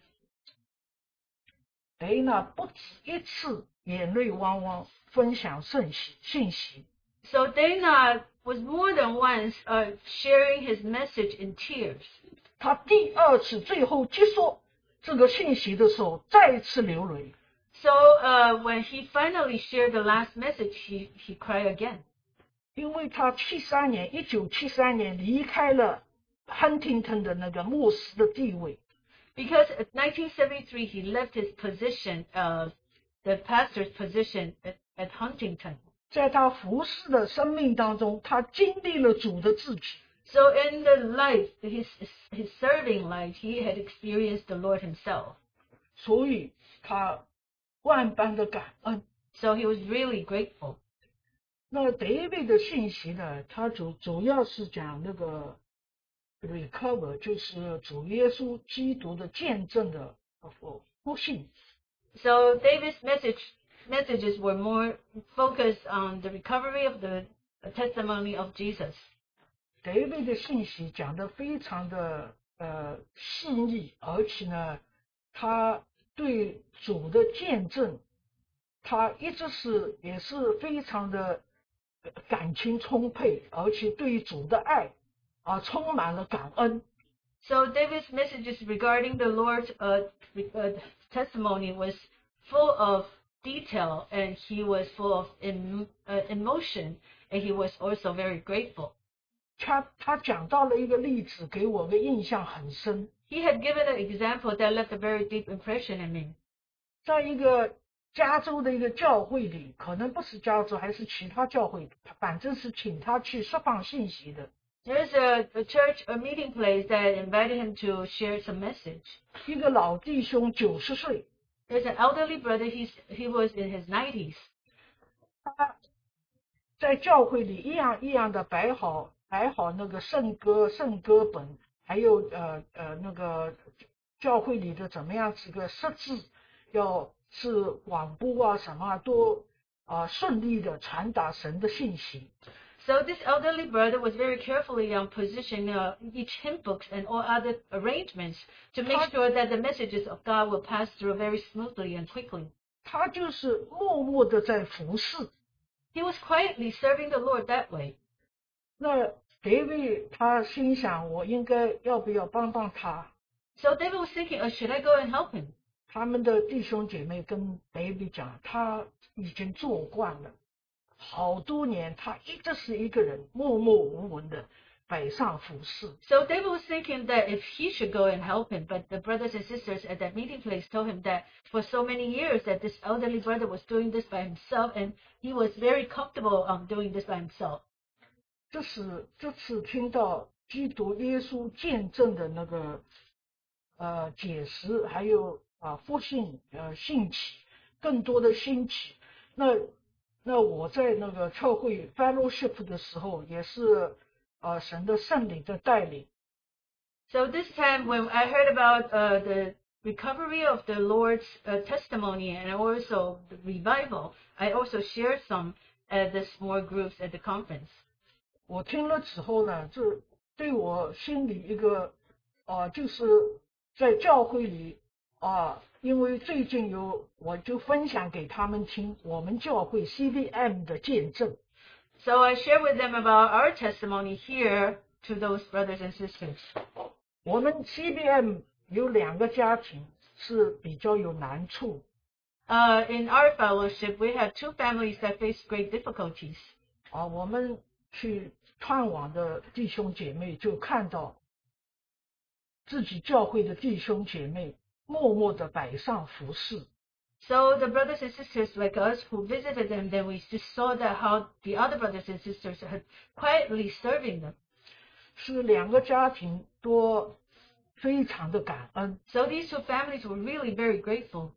雷娜不止一次眼泪汪汪分享圣息信息， So Dana was more than once uh, sharing his message in tears. 他第二次最后结束这个信息的时候，再次流泪。 So uh, when he finally shared the last message, he, he cried again. 因为他七三年，一九七三年离开了 Huntington 的那个牧师的地位， Because in 1973, he left his position, uh, the pastor's position at, at Huntington. 在他服侍的生命当中，他经历了主的自己， So in the life, his, his serving life, he had experienced the Lord himself. 所以他万般的感恩。 So he was really grateful. 那 David 的信息呢，他主主要是讲那个 recover，就是主耶稣基督的见证的复复兴。 So David's message, messages were more focused on the recovery of the testimony of Jesus. David 的信息讲的非常的呃细腻，而且呢，他对主的见证，他一直是也是非常的呃感情充沛，而且对主的爱啊充满了感恩。 So David's messages regarding the Lord's uh, re- uh, testimony was full of detail, and he was full of em- uh, emotion, and he was also very grateful. 他他讲到了一个例子，给我的印象很深。 He had given an example that left a very deep impression in me. 在一个加州的一个教会里，可能不是加州，还是其他教会，反正是请他去释放信息的。 There's a, a church, a meeting place that invited him to share some message. 一个老弟兄九十岁， There's an elderly brother. He's he was in his 90s. 他在教会里一样一样的摆好摆好那个圣歌、圣歌本，还有呃呃那个教会里的怎么样这个设置，要是网播啊什么啊都啊、呃顺利的传达神的信息。 So this elderly brother was very carefully um, positioned uh, each hymn books and all other arrangements to make sure that the messages of God will pass through very smoothly and quickly. 他就是默默的在服侍。 He was quietly serving the Lord that way. 那 David 他心想，我应该要不要帮帮他？ So David was thinking, oh, should I go and help him? 他们的弟兄姐妹跟 David 讲，他已经做惯了，好多年，他一直是一个人默默无闻的摆上服饰。 So David was thinking that if he should go and help him, but the brothers and sisters at that meeting place told him that for so many years that this elderly brother was doing this by himself and he was very comfortable um, doing this by himself. 这是这次听到基督耶稣见证的那个呃解释，还有啊复兴呃兴起，更多的兴起。那那我在那个教会 fellowship 的时候，也是呃神的圣灵的带领。 So this time when I heard about uh, the recovery of the Lord's uh, testimony and also the revival, I also shared some at the small groups at the conference. 我听了之后呢，这对我心里一个啊、就是在教会里啊、因为最近有我就分享给他们听我们教会 CDM 的见证， So I shared with them about our testimony here to those brothers and sisters. 我们 CDM 有两个家庭是比较有难处， Uh, in our fellowship, we have two families that face great difficulties. 啊，我们去探望的弟兄姐妹就看到自己教会的弟兄姐妹默默的摆上服饰。 So the brothers and sisters like us who visited them, then we just saw that how the other brothers and sisters had quietly serving them. 是两个家庭都非常的感恩。 So these two families were really very grateful.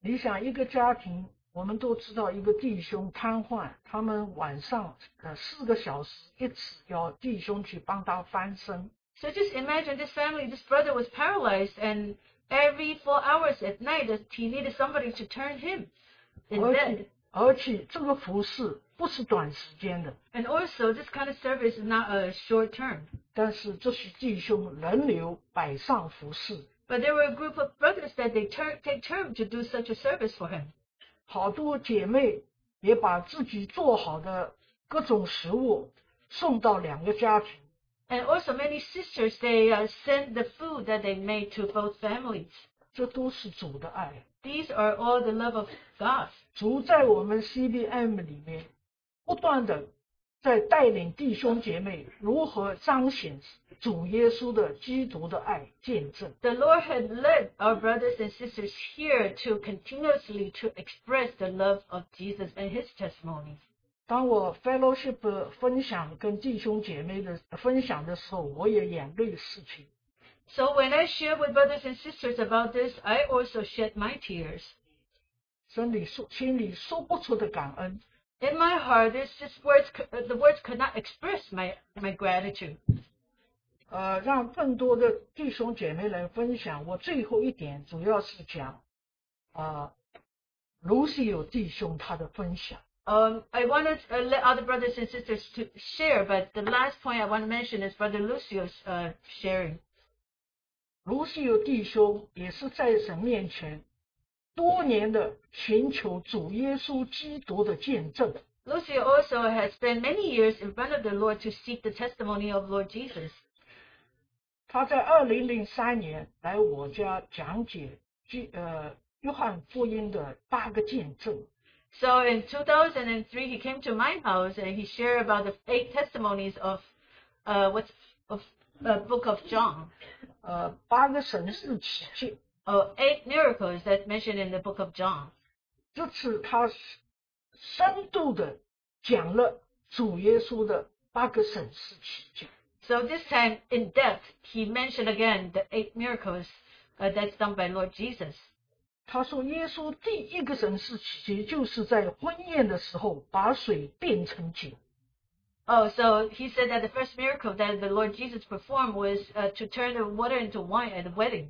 你想，一个家庭，我们都知道，一个弟兄瘫痪，他们晚上呃四个小时一次要弟兄去帮他翻身。 So just imagine this family, this brother was paralyzed, and every four hours at night, that he needed somebody to turn him in 而 bed. 且而且这个服饰不是短时间的， And also, this kind of service is not a short term. 但是这些弟兄轮流摆上服饰， But there were a group of brothers that they tur take turn to do such a service for him. 好多姐妹也把自己做好的各种食物送到两个家庭。 And also, many sisters they uh, sent the food that they made to both families. 这都是主的爱。 These are all the love of God. 主在我们 CBM 里面不断的在带领弟兄姐妹如何彰显主耶稣的基督的爱见证。 The Lord had led our brothers and sisters here to continuously to express the love of Jesus and his testimonies. 当我 fellowship 分享跟弟兄姐妹的分享的时候，我也眼泪四起。 So when I share with brothers and sisters about this, I also shed my tears. 心里说心里说不出的感恩。 In my heart, there's just words, c- uh, the words could not express my, my gratitude. 呃，让更多的弟兄姐妹来分享。我最后一点主要是讲，啊、卢西有弟兄他的分享， Um, I wanted to let other brothers and sisters to share, but the last point I want to mention is Brother Lucio's uh, sharing. 卢西有弟兄也是在神面前多年的寻求主耶稣基督的见证。 Lucio also has spent many years in front of the Lord to seek the testimony of Lord Jesus. 他在二零零三年来我家讲解基呃约翰福音的八个见证。 So in 2003, he came to my house and he shared about the eight testimonies of uh, what's of uh, Book of John, 呃，八个神事奇迹。 or eight miracles that's mentioned in the Book of John. 这次他深度的讲了主耶稣的八个神事奇迹。 So this time in depth, he mentioned again the eight miracles uh, that's done by Lord Jesus. 他说，耶稣第一个神事奇迹就是在婚宴的时候把水变成酒。 Oh, so he said that the first miracle that the Lord Jesus performed was uh, to turn the water into wine at the wedding.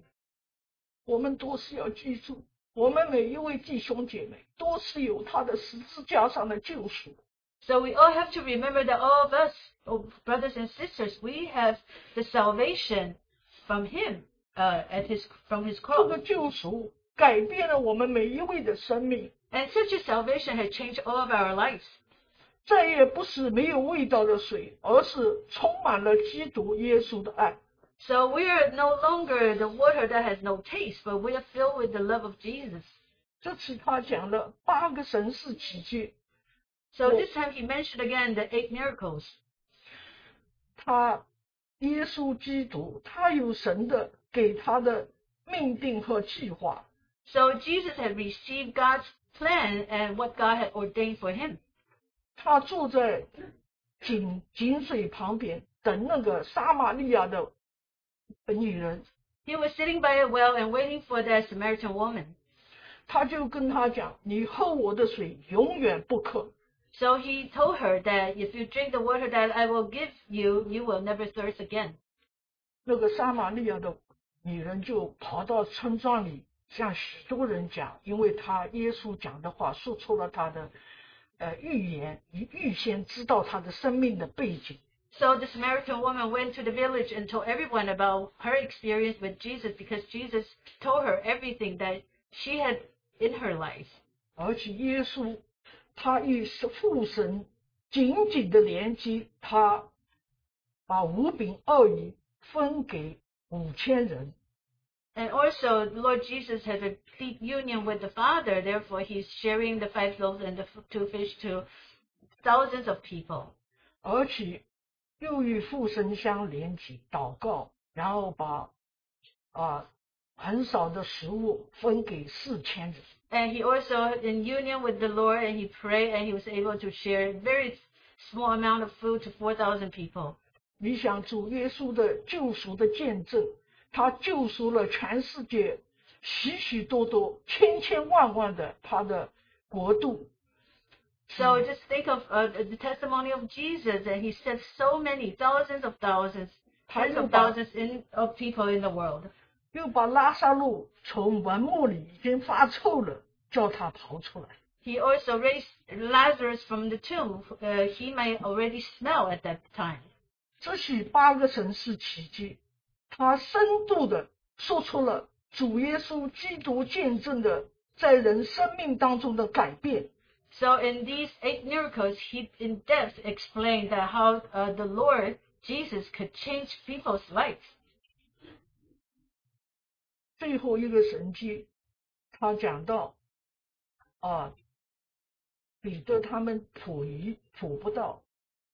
我们都是要记住，我们每一位弟兄姐妹都是有他的十字架上的救赎。 So we all have to remember that all of us, oh, brothers and sisters, we have the salvation from Him, uh, at His from His 这个 cross. 救赎改变了我们每一位的生命， And such a salvation has changed all of our lives. 再也不是没有味道的水，而是充满了基督耶稣的爱。 So we are no longer the water that has no taste, but we are filled with the love of Jesus. 这次他讲了八个神事奇迹， So Yes. this time he mentioned again the eight miracles. 他耶稣基督，他有神的给他的命定和计划， So Jesus had received God's plan and what God had ordained for him. 他住在井井水旁边等那个撒玛利亚的女人， He was sitting by a well and waiting for that Samaritan woman. 他就跟他讲：“你喝我的水，永远不渴。” So he told her that if you drink the water that I will give you, you will never thirst again. 那个撒玛利亚的女人就跑到村庄里，向许多人讲，因为她耶稣讲的话说出了她的呃预言，预预先知道她的生命的背景。 So the Samaritan woman went to the village and told everyone about her experience with Jesus because Jesus told her everything that she had in her life. 而且耶稣他与父神紧紧的连接，他把五饼二鱼分给五千人。 And also, Lord Jesus had a deep union with the Father, therefore, he's sharing the five loaves and the f- two fish to thousands of people. 而且又与父神相连起祷告，然后把啊很少的食物分给四千人。 And he also, in union with the Lord, and he prayed and he was able to share very small amount of food to 4,000 people. 你想主耶稣的救赎的见证，他救赎了全世界许许多多、千千万万的他的国度。嗯 So just think of uh, the testimony of Jesus, and he saved so many thousands of thousands, tens of thousands in, of people in the world. 又把拉萨路从坟墓里已经发臭了，叫他刨出来。 He also raised Lazarus from the tomb. Uh, he might already smell at that time. 这许八个神是奇迹，他深度的说出了主耶稣基督见证的在人生命当中的改变， So in these eight miracles, he in depth explained that how uh, the Lord Jesus could change people's lives. 最后一个神迹，他讲到啊，彼得他们捕鱼捕不到，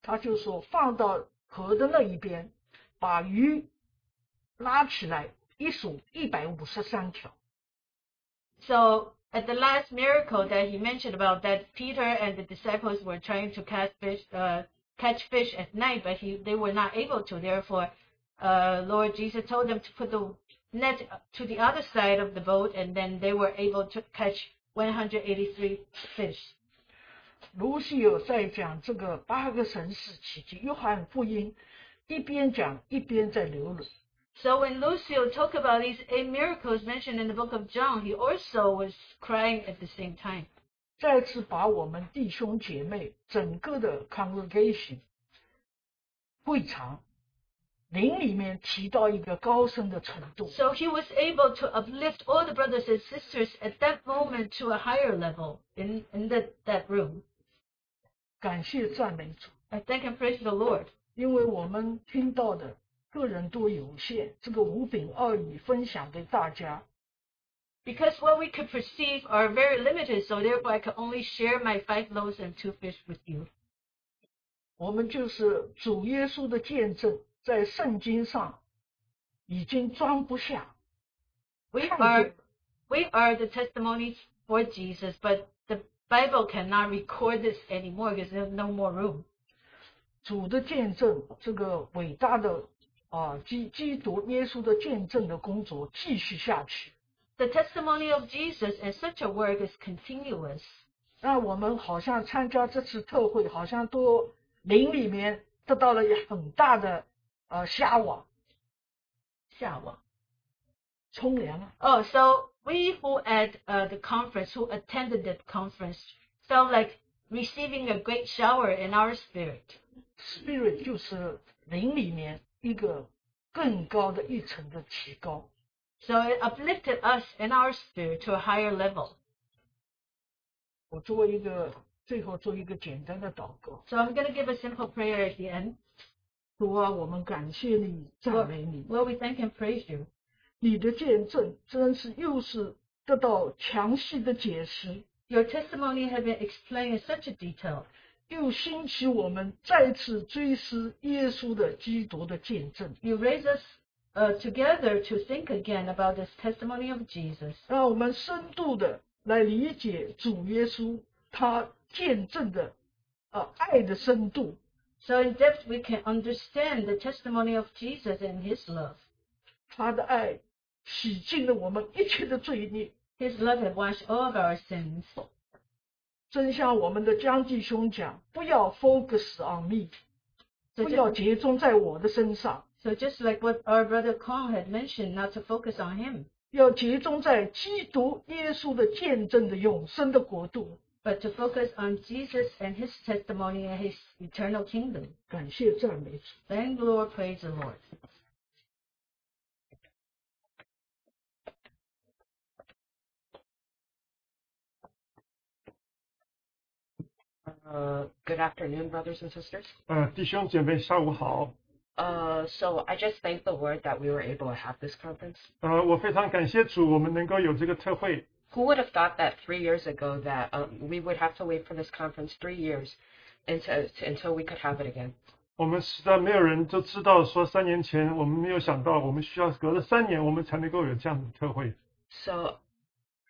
他就说放到河的那一边，把鱼拉起来，一数一百五十三条。 So at the last miracle that he mentioned about that Peter and the disciples were trying to catch fish, uh, catch fish at night, but he, they were not able to. Therefore, uh, Lord Jesus told them to put the net to the other side of the boat, and then they were able to catch 183 fish. 卢西有在讲这个八个神使奇迹，约翰福音一边讲一边在流泪。 So when Lucio talked about these eight miracles mentioned in the book of John, he also was crying at the same time. 再次把我们弟兄姐妹整个的 congregation 会场灵里面提到一个高深的程度。 So he was able to uplift all the brothers and sisters at that moment to a higher level in, in that that room. 感谢赞美主， I thank and praise the Lord. 因为我们听到的个人都有限，这个五饼二鱼分享给大家， Because what we could perceive are very limited, so therefore I could only share my five loaves and two fish with you. 我们就是主耶稣的见证，在圣经上已经装不下， We 看 are 见 we are the testimonies for Jesus, but the Bible cannot record this anymore because there's no more room. 主的见证这个伟大的啊基基督耶稣的见证的工作继续下去。 The testimony of Jesus and such a work is continuous. 那我们好像参加这次特会，好像都灵里面得到了很大的呃下网下网。冲凉啊， Oh, so we who at uh, the conference, who attended that conference, felt like receiving a great shower in our spirit. spirit 就是灵里面一个更高的一层的提高。 So it uplifted us in our spirit to a higher level. 我做一个最后做一个简单的祷告， So I'm going to give a simple prayer at the end. 主啊，我们感谢你，赞 Lord, 美你， Lord, we thank and praise you. 你的见证真是又是得到详细的解释， Your testimony has been explained in such a detail. 又兴起我们再次追思耶稣的基督的见证。 You raise us uh, together to think again about this testimony of Jesus. 让我们深度的来理解主耶稣他见证的呃爱的深度， So in depth, we can understand the testimony of Jesus and his love. 他的爱洗净了我们一切的罪孽， His love has washed all of our sins. 真像我们的江弟兄讲，不要 focus on me， So 不要 just, 集中在我的身上， so just like what our brother Kong had mentioned, not to focus on him, 要集中在基督耶稣的见证的永生的国度。 but to focus on Jesus and his testimony and his eternal kingdom. 感谢赞美主。 Thank the Lord, praise the Lord. Uh, good afternoon, brothers and sisters. 呃，弟兄姐妹，下午好。 Uh, so I just thank the Lord that we were able to have this conference. 呃，我非常感谢主，我们能够有这个特会。 Who would have thought that three years ago that um, we would have to wait for this conference three years until, until we could have it again? 我们实在没有人都知道，说三年前我们没有想到，我们需要隔了三年，我们才能够有这样的特会。 So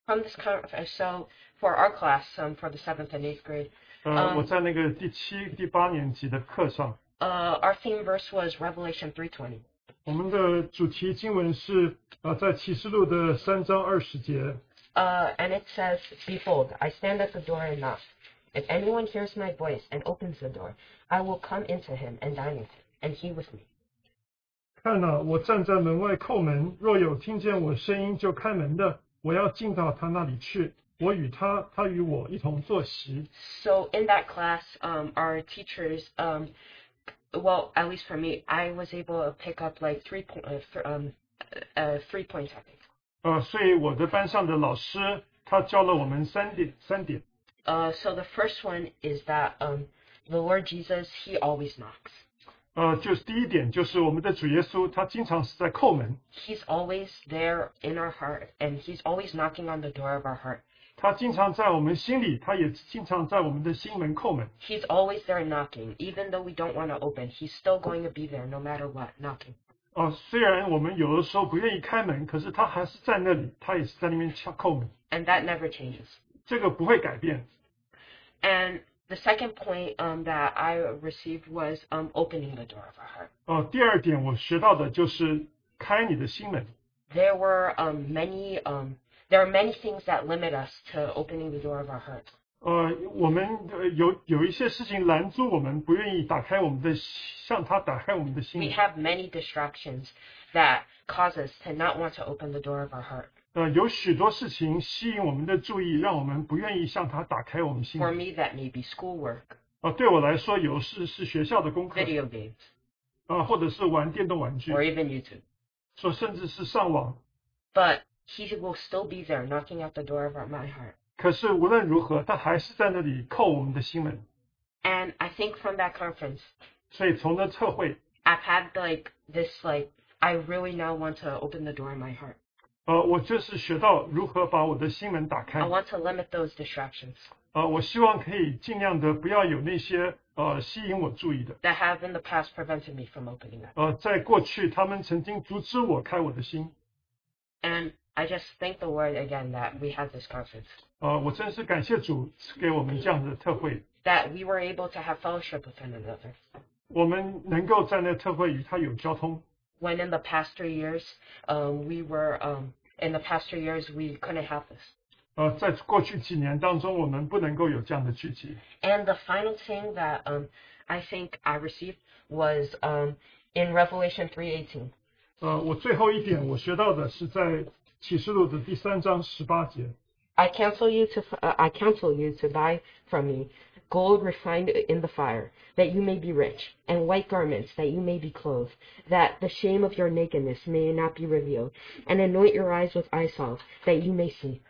from this conference, so for our class, um, for the seventh and eighth grade, 呃，嗯我在那个第七、第八年级的课上， uh, our theme verse was Revelation 3:20. 我们的主题经文是啊、呃在启示录的三章二十节。 Uh, and it says, Behold, I stand at the door and knock. If anyone hears my voice and opens the door, I will come into him and dine with him, and he with me. 看呐、我站在门外叩门，若有听见我声音就开门的，我要进到他那里去，我与他，他与我一同坐席。 So in that class, um, our teachers, um, well, at least for me, I was able to pick up like three point, uh, th- um, uh, three points, I think. 呃，所以我的班上的老师他教了我们三点，三点。 Uh, so the first one is that um, the Lord Jesus, he always knocks. 啊、呃，就是第一点就是我们的主耶稣他经常是在叩门， He's always there in our heart, and He's always knocking on the door of our heart. 他经常在我们心里，他也经常在我们的心门叩门。 He's always there knocking, even though we don't want to open. He's still going to be there no matter what, knocking. 啊、虽然我们有的时候不愿意开门，可是他还是在那里，他也是在那边敲叩门， And that never changes. 这个不会改变。 And the second point um, that I received was um, opening the door of our heart. 呃，第二点我学到的就是开你的心门。 There were um, many. Um, there are many things that limit us to opening the door of our heart. 呃，我们呃有有一些事情拦住我们，不愿意打开我们的心，向他打开我们的心 We 门。 have many distractions that cause us to not want to open the door of our heart. 呃，有许多事情吸引我们的注意，让我们不愿意向他打开我们心 For 门。 me, that may be schoolwork, 啊、对我来说，有是是学校的功课， video games, 啊、或者是玩电动玩具 or，even YouTube. 说甚至是上网。 But He will still be there knocking at the door of our, my heart. 可是无论如何，他还是在那里叩我们的心门。 And I think from that conference, 所以从那测绘， I've had like this like I really now want to open the door in my heart. 呃，我就是学到如何把啊我的心门打开 I。want to limit those distractions 呃，我希望可以尽量的不要有那些呃吸引我注意的。 that have in the past prevented me from opening up. 呃，在过去他们曾经阻止我开我的心。 And I just thank the Lord again that we had this conference, 呃，我真是感谢主给我们这样的特惠， that we were able to have fellowship with one another. 我们能够在那特惠与他有交通。 When in the past three years, um, we were um, in the past three years we couldn't have this. 呃，在过去几年当中，我们不能够有这样的聚集。 And the final thing that um, I think I received was um, in Revelation three eighteen. 呃，我最后一点我学到的是在启示录的第三章十八节。 I counsel you to uh, I counsel you to buy from me gold refined in the fire, that you may be rich, and white garments, that you may be clothed, that the shame of your nakedness may not be revealed, and anoint your eyes with eye salve, that you may see.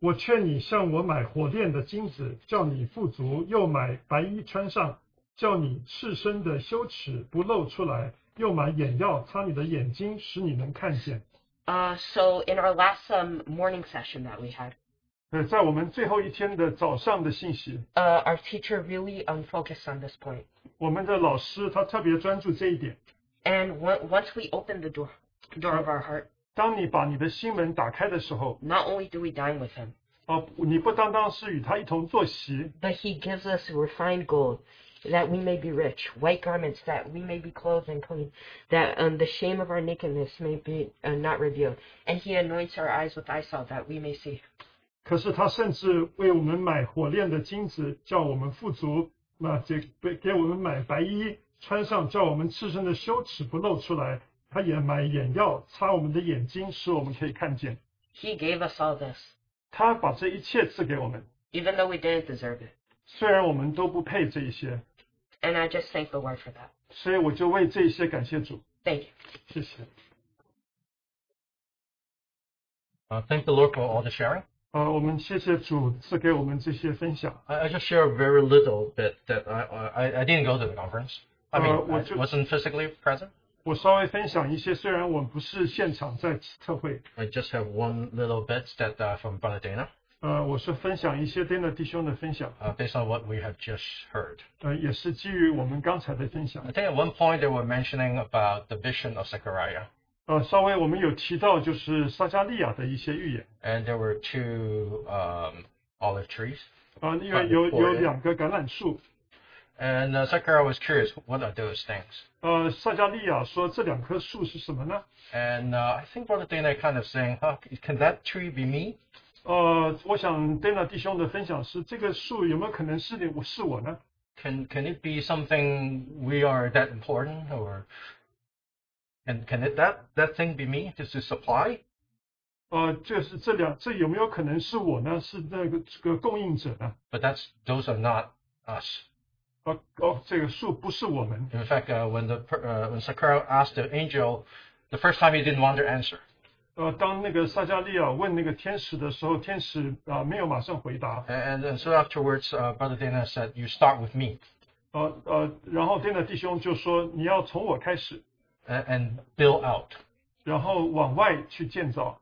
我劝你向我买火炼的金子，叫你富足；又买白衣穿上，叫你赤身的羞耻不露出来；又买眼药擦你的眼睛，使你能看见。 Uh, so in our last um, morning session that we had, 呃，在我们最后一天的早上的信息， uh, our teacher really um, focused on this point. 我们的老师他特别专注这一点。 And on- once we open the door, door of our heart, 当你把你的心门打开的时候， not only do we dine with him, 啊，你不单单是与他一同坐席， But he gives us refined gold, that we may be rich, white garments, that we may be clothed and clean, that um, the shame of our nakedness may be uh, not revealed. And he anoints our eyes with eye salve, that we may see. 可是他甚至为我们买火炼的金子，叫我们富足；那给给给我们买白衣穿上，叫我们赤身的羞耻不露出来。他也买眼药擦我们的眼睛，使我们可以看见。 He gave us all this, 他把这一切赐给我们， even though we didn't deserve it. 虽然我们都不配这一些， And I just thank the Lord for that. 所以我就为这一些感谢主， Thank you. 谢谢。 Uh, thank the Lord for all the sharing. 呃，我们谢谢主赐给我们这些分享。 I, I just share very little bit that I, I I didn't go to the conference. I mean, Uh, would I you- wasn't physically present. 我稍微分享一些，虽然我不是现场在特会， I just have one little bit that uh, from Brother Dana, 呃，我是分享一些 Dana 弟兄的分享。 uh, based on what we have just heard. 呃，也是基于我们刚才的分享 I，think at one point they were mentioning about the vision of Zechariah, 呃，稍微我们有提到就是撒加利亚的一些预言， and there were two um, olive trees. 啊、因为有有两个橄榄树， And uh, Zechariah was curious, what are those things? 呃，撒加利亚说这两棵树是什么呢？ And uh, I think Brother Dana kind of saying, huh, can that tree be me? 呃，我想 Dana 弟兄的分享是这个树有没有可能是你我是我呢？ Can can it be something we are that important or and can it that that thing be me? Just a supply? 呃，就是这两这有没有可能是我呢？是那个这个供应者呢？ But that's those are not us. 呃哦，这个树不是我们。 In fact, uh, when the per- uh, when Zechariah asked the angel, the first time he didn't want to answer. 呃，当那个撒加利亚问那个天使的时候，天使啊、没有马上回答， And, and so afterwards, uh, Brother Dana said, "You start with me." 啊、呃呃，然后 Dana 弟兄就说你要从我开始， and, uh, and build out. 然后往外去建造。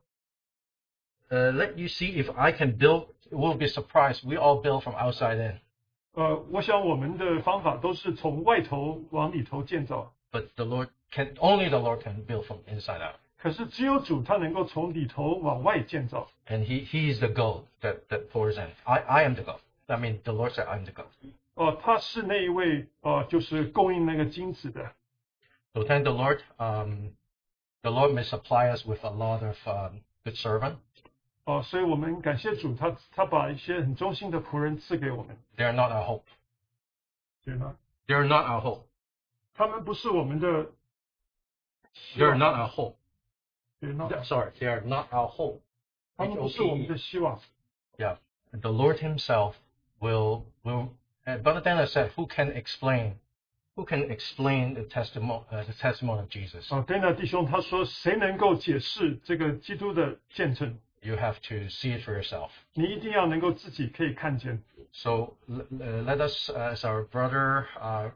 Uh, let you see if I can build. We'll be surprised. We all build from outside in, 呃，我想我们的方法都是从外头往里头建造， but the Lord can only the Lord can build from inside out, 可是只有主他能够从里头往外建造。 and He He is the gold that that pours in. I I am the gold. I mean, the Lord said, "I'm the gold." 哦、他是那一位呃，就是供应那个金子的。 So thank the Lord. Um, the Lord may supply us with a lot of um, good servant. 哦、所以我们感谢主，他他把一些很忠心的仆人赐给我们， They are not our hope. 对吗？ They are not our hope. 他们不是我们的， They are not our hope. 对吗？ Sorry, they are not our hope. 他们不是我们的希望。 Yeah, the Lord Himself will will. And Brother Daniel said, "Who can explain? Who can explain the testimony uh, the testimony of Jesus? 啊，对呢，弟兄，他说谁能够解释这个基督的见证？ You have to see it for yourself." 你一定要能够自己可以看见。 So l- uh, let us, as our brother uh,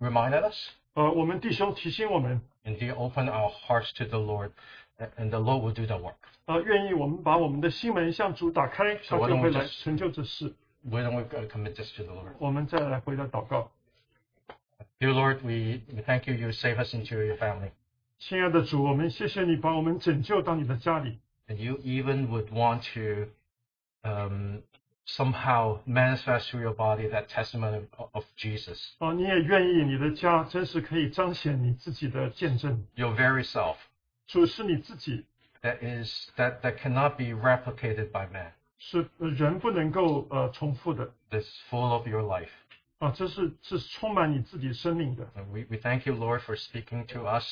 reminded us, 呃，我们弟兄提醒我们， indeed open our hearts to the Lord, a- and the Lord will do the work. 呃，愿意我们把我们的心门向主啊打开，他我就懂会这来是成就这事。 Why don't we uh, commit this to the Lord? 我们再来回答祷告， Dear Lord, we, we thank you. You save us into your family, 亲爱的主，我们谢谢你把我们拯救到你的家里。 and you even would want to um, somehow manifest through your body that testimony of, of Jesus, 啊，你也愿意你的家真是可以彰显你自己的见证， your very self. 主是你自己， That is that that cannot be replicated by man. 是呃人不能够呃重复的 That's full of your life. 啊，这是是充满你自己生命的。 And we, we thank you, Lord, for speaking to us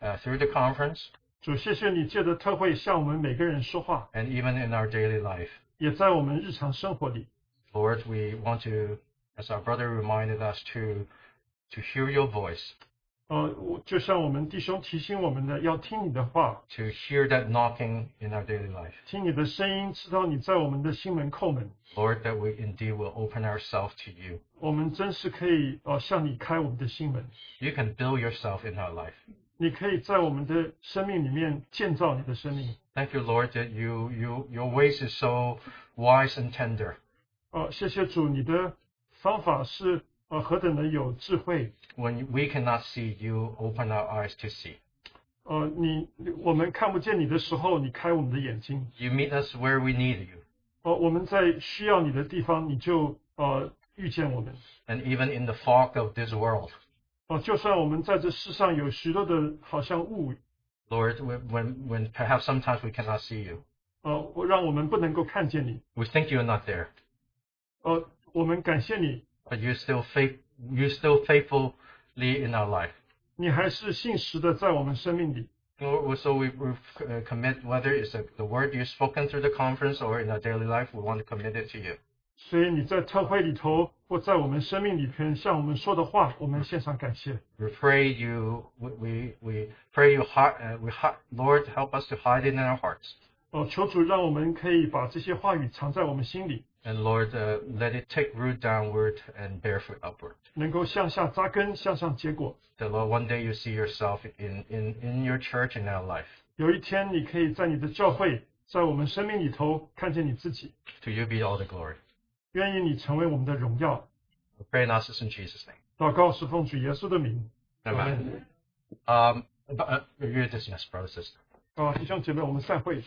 uh, through the conference 主，谢谢你借着特会向我们每个人说话， and even in our daily life. 也在我们日常生活里。 Lord, we want to, as our brother reminded us, to to hear your voice, 呃，我就像我们弟兄提醒我们的，要听你的话， to hear that knocking in our daily life. 听你的声音，知道你在我们的心门叩门。 Lord, that we indeed will open ourselves to you. 我们真是可以呃向你开我们的心门， You can build yourself in our life. 你可以在我们的生命里面建造你的生命。 Thank you, Lord, that you, you your ways is so wise and tender. 呃，谢谢主，你的方法是呃何等的有智慧。 When we cannot see, you open our eyes to see. 呃，你我们看不见你的时候，你开我们的眼睛； You meet us where we need you. 呃，我们在需要你的地方，你就呃遇见我们。 And even in the fog of this world, 哦、就算我们在这世上有许多的好像误， Lord, when, when when perhaps sometimes we cannot see you, 呃，我让我们不能够看见你， we think you're not there, 呃，我们感谢你， but you're still faith, you're still faithfully in our life. 你还是信实的在我们生命里。 Lord, we- So we, we uh, commit whether it's the, the word you've spoken through the conference or in our daily life, we want to commit it to you. 所以你在特会里头或在我们生命里边向我们说的话，我们献上感谢。 We pray you, we we, we pray you, hi- uh, we hi- Lord, help us to hide it in our hearts, 哦、求主让我们可以把这些话语藏在我们心里， and Lord, uh, let it take root downward and bear fruit upward. 能够向下扎根，向上结果。 That Lord, one day you see yourself in in in your church in our life. 有一天，你可以在你的教会，在我们生命里头看见你自己。 To you be all the glory. 愿意你成为我们的荣耀。 We pray and ask this in Jesus' name. 祷告是奉主耶稣的名。 Amen. Um, but, uh, you're dismissed, brothers and sisters. 啊，弟兄姐妹，我们散会。